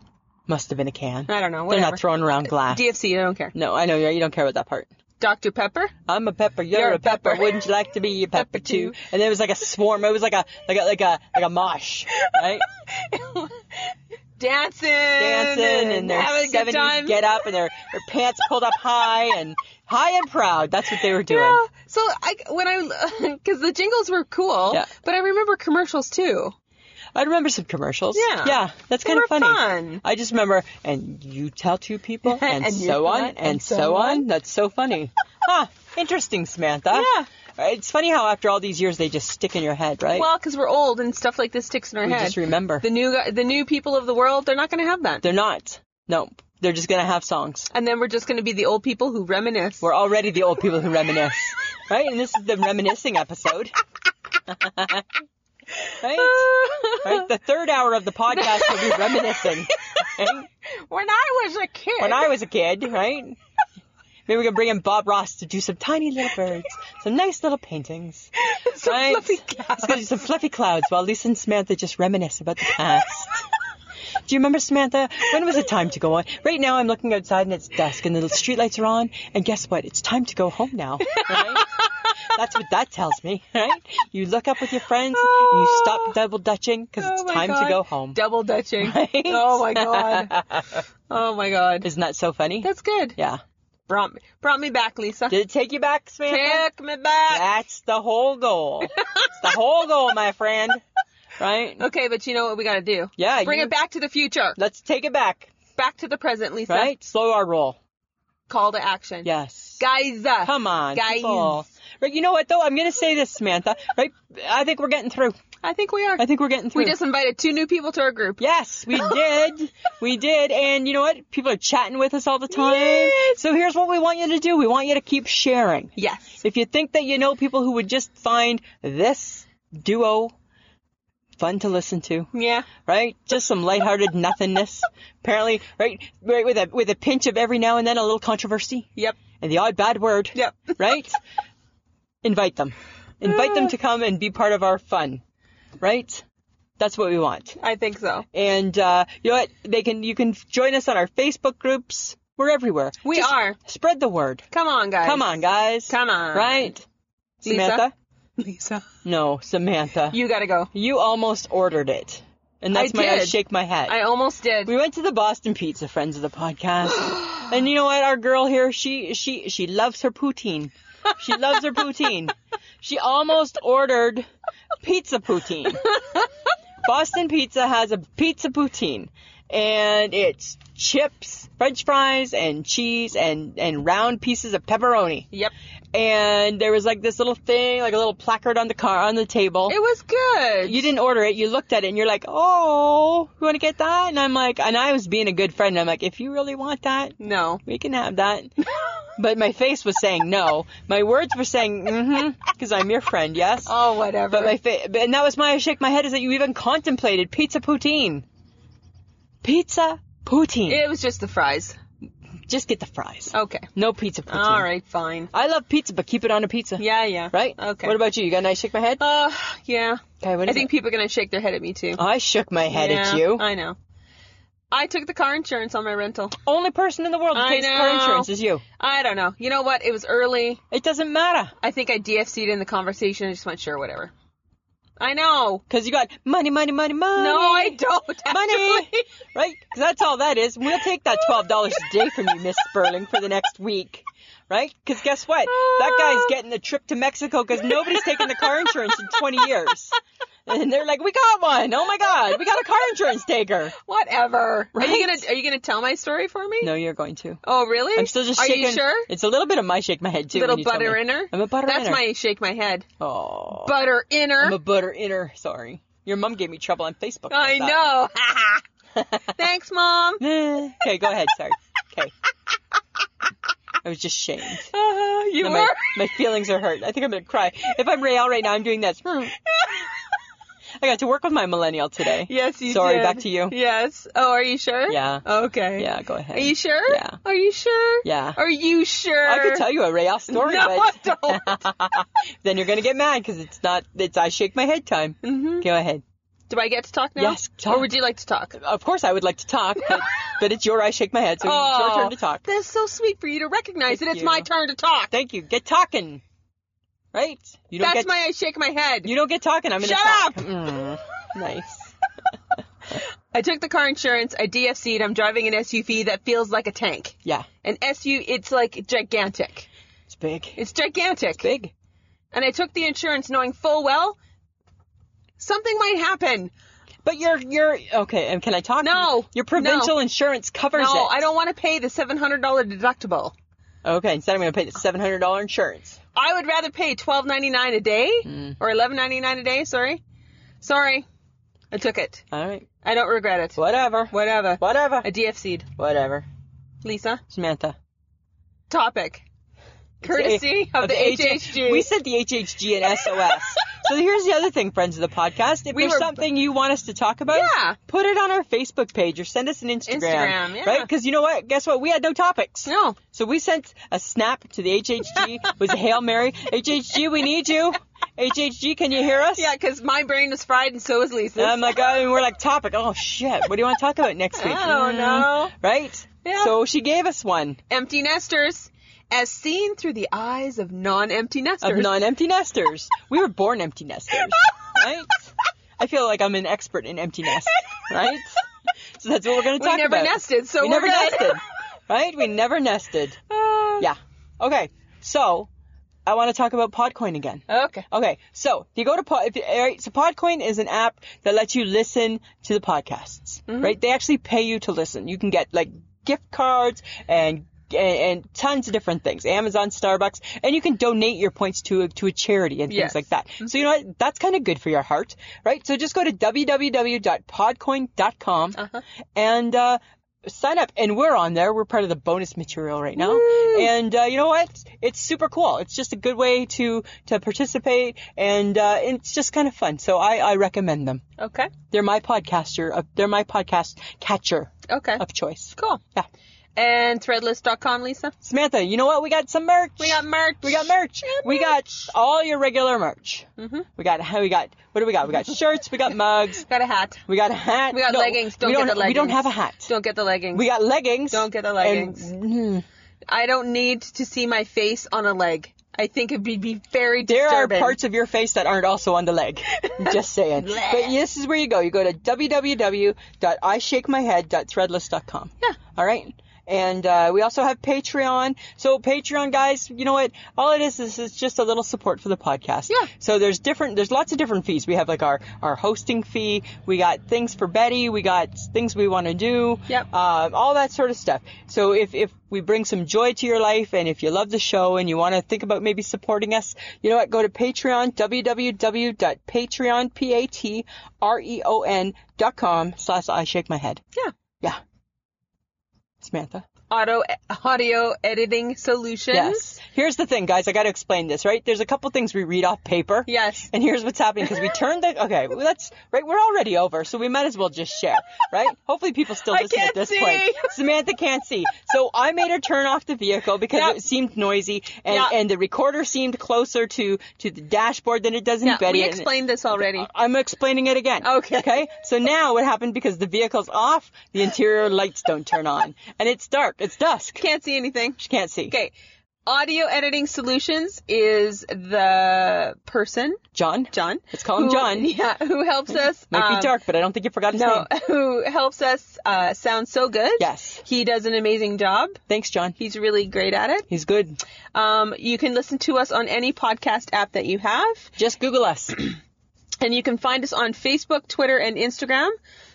Must have been a can. I don't know. They're Whatever. not throwing around glass. DFC. I don't care. no, I know. yeah, You don't care about that part. Dr Pepper. I'm a pepper. You're, a pepper. Wouldn't you like to be a pepper too? And it was like a swarm. It was like a like a like a like a mosh, right? Dancing, dancing and they're having a good 70s time. get up and their their pants pulled up high and high and proud. That's what they were doing. Yeah. So I when I because the jingles were cool, Yeah. but I remember commercials too. I remember some commercials. Yeah. Yeah. That's They kind were of funny. fun. I just remember and you tell two people and, And you so tell on and, so on. That's so funny. huh. Interesting, Samantha. Yeah. It's funny how after all these years they just stick in your head, right? Well, because we're old and stuff like this sticks in our we head. just remember. the new gu- the new people of the world, they're not going to have that. They're not. No. They're just gonna have songs. and then we're just going to be the old people who reminisce. We're already the old people who reminisce, right? And this is the reminiscing episode. right? right? The third hour of the podcast will be reminiscing. right? when I was a kid, When I was a kid, right? Maybe we can bring in Bob Ross to do some tiny little birds, some nice little paintings. some right? fluffy Let's go do some fluffy clouds while Lisa and Samantha just reminisce about the past. Do you remember, Samantha? When was it time to go on? Right now, I'm looking outside and it's dusk and the streetlights are on. And guess what? It's time to go home now. Right? That's what that tells me, right? You look up with your friends and you stop double dutching because Ah. Oh it's my time God. to go home. double dutching. Right? Oh my god. Oh my god. Isn't that so funny? That's good. yeah. Brought brought me back, Lisa. Did it take you back, Samantha? Take me back. That's the whole goal. It's the whole goal, my friend. Right? Okay, but you know what we got to do? Yeah. Bring you- it back to the future. Let's take it back. Back to the present, Lisa. Right? Slow our roll. Call to action. Yes. Guys. uh, Come on, Guys. people. Right, you know what though? I'm gonna say this, Samantha. Right? I think we're getting through. I think we are. I think we're getting through. we just invited two new people to our group. Yes, we did. we did. And you know what? People are chatting with us all the time. Yes. So here's what we want you to do. We want you to keep sharing. Yes. If you think that you know people who would just find this duo fun to listen to, Yeah. right? Just some lighthearted nothingness. Apparently, right? Right with a with a pinch of every now and then a little controversy Yep. and the odd bad word. Yep. Right? Invite them. Invite Uh. them to come and be part of our fun. Right? That's what we want. I think so. And uh, you know what? They can you can join us on our Facebook groups. We're everywhere. We Just are. Spread the word. Come on, guys. Come on, guys. Come on. Right? Lisa? Samantha? Lisa. No, Samantha. You, You got to go. almost ordered it. And that's I my I did. shake my head. I almost did. we went to the Boston Pizza, friends of the podcast. and you know what? Our girl here, she she she loves her poutine. She loves her poutine. She almost ordered pizza poutine. Boston Pizza has a pizza poutine, and it's chips, French fries, and cheese, and and round pieces of pepperoni. yep. And there was like this little thing, like a little placard on the car on the table It was good. you didn't order it. You looked at it and you're like, oh, you want to get that? And I'm like, and I was being a good friend. I'm like, if you really want that, No. we can have that. But my face was saying no. My words were saying, mm-hmm, because I'm your friend, yes. Oh, whatever. But my fa- but- and that was my I shake my head is that you even contemplated pizza poutine. Pizza poutine. It was just the fries. Just get the fries. Okay. No pizza poutine. Oh. All right, fine. I love pizza, but keep it on a pizza. Yeah, yeah. Right? Okay. What about you? You got a nice shake my head? Uh, yeah. Okay, what I is think it? Oh, people are gonna shake their head at me too. I shook my head at Yeah, you. I know. I took the car insurance on my rental. Only person in the world that I pays car know. insurance is you. I don't know. You know what? It was early. It doesn't matter. I think I DFC'd in the conversation. I just went sure, whatever. I know. Because you got money, money, money, money. No, I don't. Money. actually. Right? 'Cause that's all that is. We'll take that $12 a day from you, Miss Sperling, for the next week. Right? Because guess what? That Ah. guy's getting a trip to Mexico because nobody's taken the car insurance in 20 years. And they're like, we got one. Oh my God. We got a car insurance taker. Whatever. Are you Right? gonna Are you gonna tell my story for me? No, you're going to. Oh, really? I'm still just Are shaking. you sure? It's a little bit of my shake my head too. Little when you tell butter me. inner. I'm a butter That's inner. my shake my head. Oh. Butter inner. I'm a butter inner. Sorry. Your mom gave me trouble on Facebook. I know. Thanks, mom. know. okay, go ahead. Sorry. Okay. I was just shamed. Uh, you No, were. my, my feelings are hurt. I think I'm gonna cry. If I'm Rayal right now, I'm doing this. I got to work with my millennial today. Yes, you Sorry, did. back to you. Yes. Oh, are you sure? Yeah. Okay. Yeah, go ahead. Are you sure? Yeah. Are you sure? Yeah. Are you sure? I could tell you a Rayal story, No, but I then you're gonna get mad because it's not. It's I shake my head time. hmm Go ahead. Do I get to talk now? Yes, talk. Or would you like to talk? Of course, I would like to talk, but, but it's your I shake my head, so it's Oh, your turn to talk. That's so sweet for you to recognize Thank that it's you. my turn to talk. Thank you. Get talking, right? You don't That's get my I shake my head. you don't get talking. I'm gonna Shut talk. up! Mm, nice. I took the car insurance. I DFC'd. I'm driving an SUV that feels like a tank. Yeah, An SUV, it's like gigantic. it's big. It's It's gigantic. big. And I took the insurance knowing full well something might happen. But you're you're okay. And can I talk? No, Your provincial insurance covers No, it. I don't want to pay the $700 deductible. Okay. Instead, I'm gonna pay the seven hundred dollar insurance. I would rather pay twelve ninety nine a day Hmm. or eleven ninety nine a day. Sorry, sorry, I took it. All right. I don't regret it. Whatever. Whatever. Whatever. I DFC'd. Whatever. Lisa. Samantha. Topic. Courtesy of, the HHG. We said the HHG and SOS. so here's the other thing, friends of the podcast. If We there's were- something you want us to talk about, Yeah. put it on our Facebook page or send us an Instagram. Instagram, yeah. Right? Because you know what? Guess what? We had no topics. no. So we sent a snap to the HHG. it was a Hail Mary. HHG, we need you. HHG, can you hear us? Yeah, because my brain was fried and so was Lisa's. And I'm like, oh, and we're like, topic. Oh, shit. What do you want to talk about next week? I don't Mm, know. Right? Yeah. mm-hmm. So she gave us one Empty nesters, as seen through the eyes of non-empty nesters. of non empty nesters. we were born empty nesters. Right? I feel like I'm an expert in empty nest. Right? So that's what we're going to we talk never about. nested, so we we're never good. nested. Right? We never nested. Uh, Yeah. Okay. So I want to talk about Podcoin again. Okay. Okay, so if you go to Pod, if you, all right, so Podcoin is an app that lets you listen to the podcasts, right? They actually pay you to listen. You can get like gift cards and, and and tons of different things, Amazon, Starbucks, and you can donate your points to a, to a charity and things Yes. like that. So Mm-hmm. you know what? That's kind of good for your heart, right? So just go to www.podcoin.com Uh-huh. and uh, sign up and we're on there we're part of the bonus material right now and uh, you know what it's super cool it's just a good way to to participate and uh, it's just kind of fun so i i recommend them Okay. they're my podcaster of they're my podcast catcher Okay. of choice Cool. yeah And threadless.com, Lisa. samantha you know what we got some merch We got merch. we got merch. We got all your regular merch. Mm-hmm. We got we got what do we got? We got shirts. We got mugs. Got a hat. We got a hat. Mm-hmm. We got leggings. Don't we get the We don't leggings. have a hat. Don't get the leggings. we got leggings. Don't get the and- mm-hmm. leggings. I don't need to see my face on a leg. I think it'd be, be very There disturbing. are parts of your face that aren't also on the leg. Just saying. but this is where you go. You go to www.ishakemyhead.threadless.com. Yeah. All right. And uh, we also have Patreon. So Patreon, guys, you know what? All it is is it's just a little support for the podcast. Yeah. So there's different. There's lots of different fees. We have like our our hosting fee. We got things for Betty. We got things we want to do. Yep. Uh, all that sort of stuff. So if if we bring some joy to your life, and if you love the show, and you want to think about maybe supporting us, you know what? Go to Patreon. www.patreon p a t r e o n dot com slash I shake my head. Yeah. Yeah. Samantha. auto audio editing solutions. Yes. Here's the thing, guys. I got to explain this, right? There's a couple things we read off paper. Yes. And here's what's happening because we turned the. Okay, well, that's right. We're already over, so we might as well just share, right? Hopefully, people still I listen can't at this see. point. Samantha can't see, so I made her turn off the vehicle because Yeah. it seemed noisy, and, Yeah. and the recorder seemed closer to to the dashboard than it Uh, does in Yeah, Betty. we and- explained this already. I'm explaining it again. Okay. Okay. So now what happened because the vehicle's off, the interior lights don't turn on, and it's dark. It's dusk. Can't see anything. She can't see. Okay. Audio editing solutions is the person, John. John. Let's call him who- John. Yeah, who helps us. Might um, be dark, but I don't think you forgot his No, name. who helps us uh, sound so good. Yes. He does an amazing job. Thanks, John. He's really great at it. He's good. Um, you can listen to us on any podcast app that you have. Just Google us. And you can find us on Facebook, Twitter, and Instagram.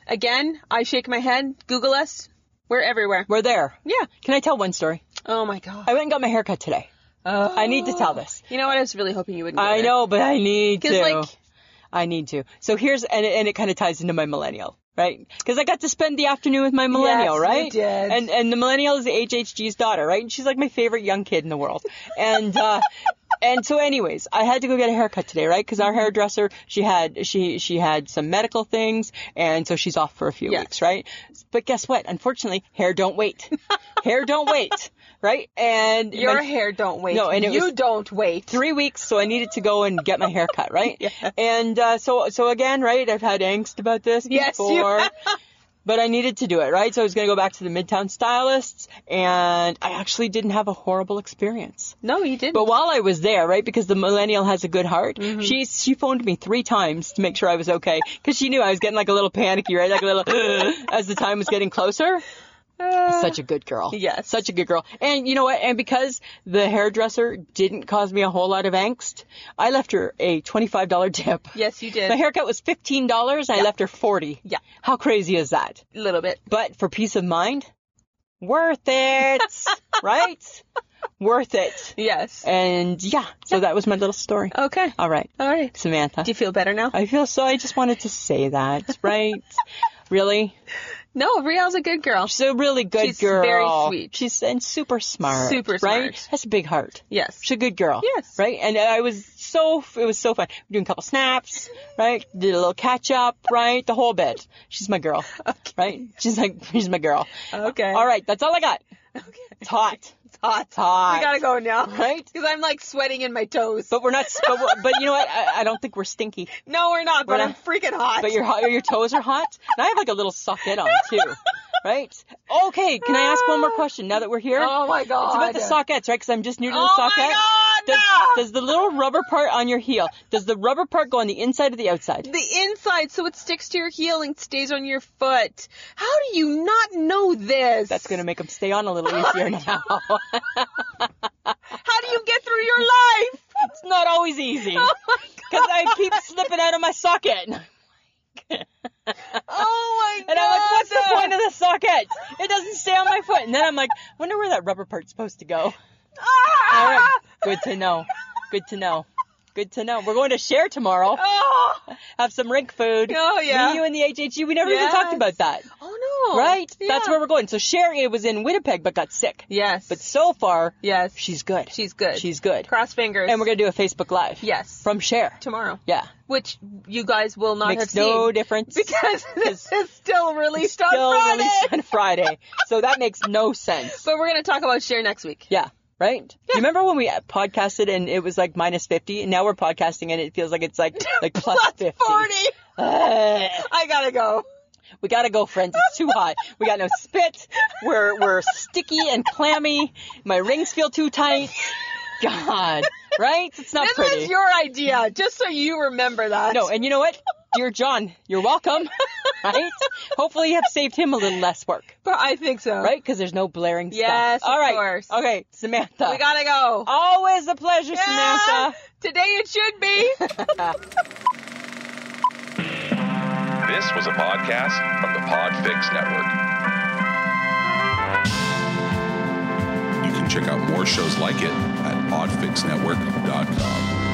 Again, I shake my head. Google us. We're everywhere. We're there. yeah. Can I tell one story? Oh my God. I went and got my haircut today. I need to tell this. You know what? I was really hoping you wouldn't. go I there. know, but I need 'Cause, to. like- I need to. So here's and it- and it kind of ties into my millennial, right? Because I got to spend the afternoon with my Yes, millennial, you right? did. And and the millennial is HHG's daughter, right? And she's like my favorite young kid in the world. And uh, and so anyways, I had to go get a haircut today, right? Because our Mm-hmm. hairdresser she had she she had some medical things, and so she's off for a few Yes. weeks, right? But guess what? Unfortunately, hair don't wait. hair don't wait, right? And Your my- hair don't wait. No, and it you was- don't wait. three weeks, so I needed to go and get my hair cut, right? And uh, so, so again, right? I've had angst about this Yes, you before, but I needed to do it, right? So I was going to go back to the Midtown stylists, and I actually didn't have a horrible experience. No, you didn't. But while I was there, right, because the millennial has a good heart, Mm-hmm. she she phoned me three times to make sure I was okay, because she knew I was getting like a little panicky, right, like a little as the time was getting closer. Uh, Such a good girl. Yes. Such a good girl. And you know what? And because the hairdresser didn't cause me a whole lot of angst, I left her a $25 tip. yes, you did. My haircut was $15. and I left her 40 Yeah. How crazy is that? a little bit. But for peace of mind, worth it. right? Worth it. Yes. And yeah, so that was my little story. Okay. All right. All right. Samantha. Do you feel better now? I feel so. I just wanted to say that, right? really? No, Riel's a good girl. She's a really good She's girl. very sweet. She's and super smart. Super right? smart. Has a big heart. Yes. She's a good girl. Yes. Right? And I was so it was so fun. We're doing a couple snaps, right? Did a little catch up, right? The whole bit. She's my girl. Right? She's like she's my girl. Okay. All right, that's all I got. Okay. It's hot. It's hot. hot. We gotta go now. Right? Because I'm like sweating in my toes. But we're not but, we're- but you know what? I, I don't think we're stinky. no, we're not. but not. I'm freaking hot. But your hot your toes are hot. And I have like a little socket on too. Right? Okay, can I ask one more question now that we're here? Oh my god. It's about the sockets, right? Because I'm just new to the Oh my socket. God, does, no! does the little rubber part on your heel? Does the rubber part go on the inside or the outside? The inside, so it sticks to your heel and stays on your foot. How do you not know this? That's going to make them stay on a little Oh easier now. How do you get through your life? it's not always easy Oh because my god. I keep slipping out of my socket. And Oh my god. I'm like, what's the point of the socket? It doesn't stay on my foot. And then I'm like, wonder where that rubber part's supposed to go. All right, Ah! good to know. Good to know. Good to know. We're going to share tomorrow. Oh. Have some rink food. Oh, yeah. Me, you, and the HHU. We never even Yes. talked about that. oh no. Right? Yeah. That's where we're going. So Sherry was in Winnipeg but got sick. Yes. But so far, yes. she's good. She's good. She's good. Cross fingers. And we're going to do a Facebook Live. Yes. From Cher. tomorrow. Yeah. Which you guys will not have Makes seen. no difference. because this is still released on Still Friday. released on Friday. So that makes no sense. But we're gonna talk about share next week. yeah. Right? Do you remember when we podcasted and it was like minus 50? And now we're podcasting and it feels like it's like, like plus, Plus 50. forty. Ugh. I gotta go. We gotta go, friends. It's too hot. We got no spit. We're we're sticky and clammy. My rings feel too tight. God, right? It's not This pretty. was your idea, just so you remember that. no, and you know what, dear John, you're welcome. Right? Hopefully, you have saved him a little less work, but I think so. right? Because there's no blaring Yes, stuff. of All right. course. Okay, Samantha. We gotta go. Always a pleasure, Yeah. Samantha. Today it should be. This was a podcast from the Podfix Network. You can check out more shows like it at oddfixnetwork.com.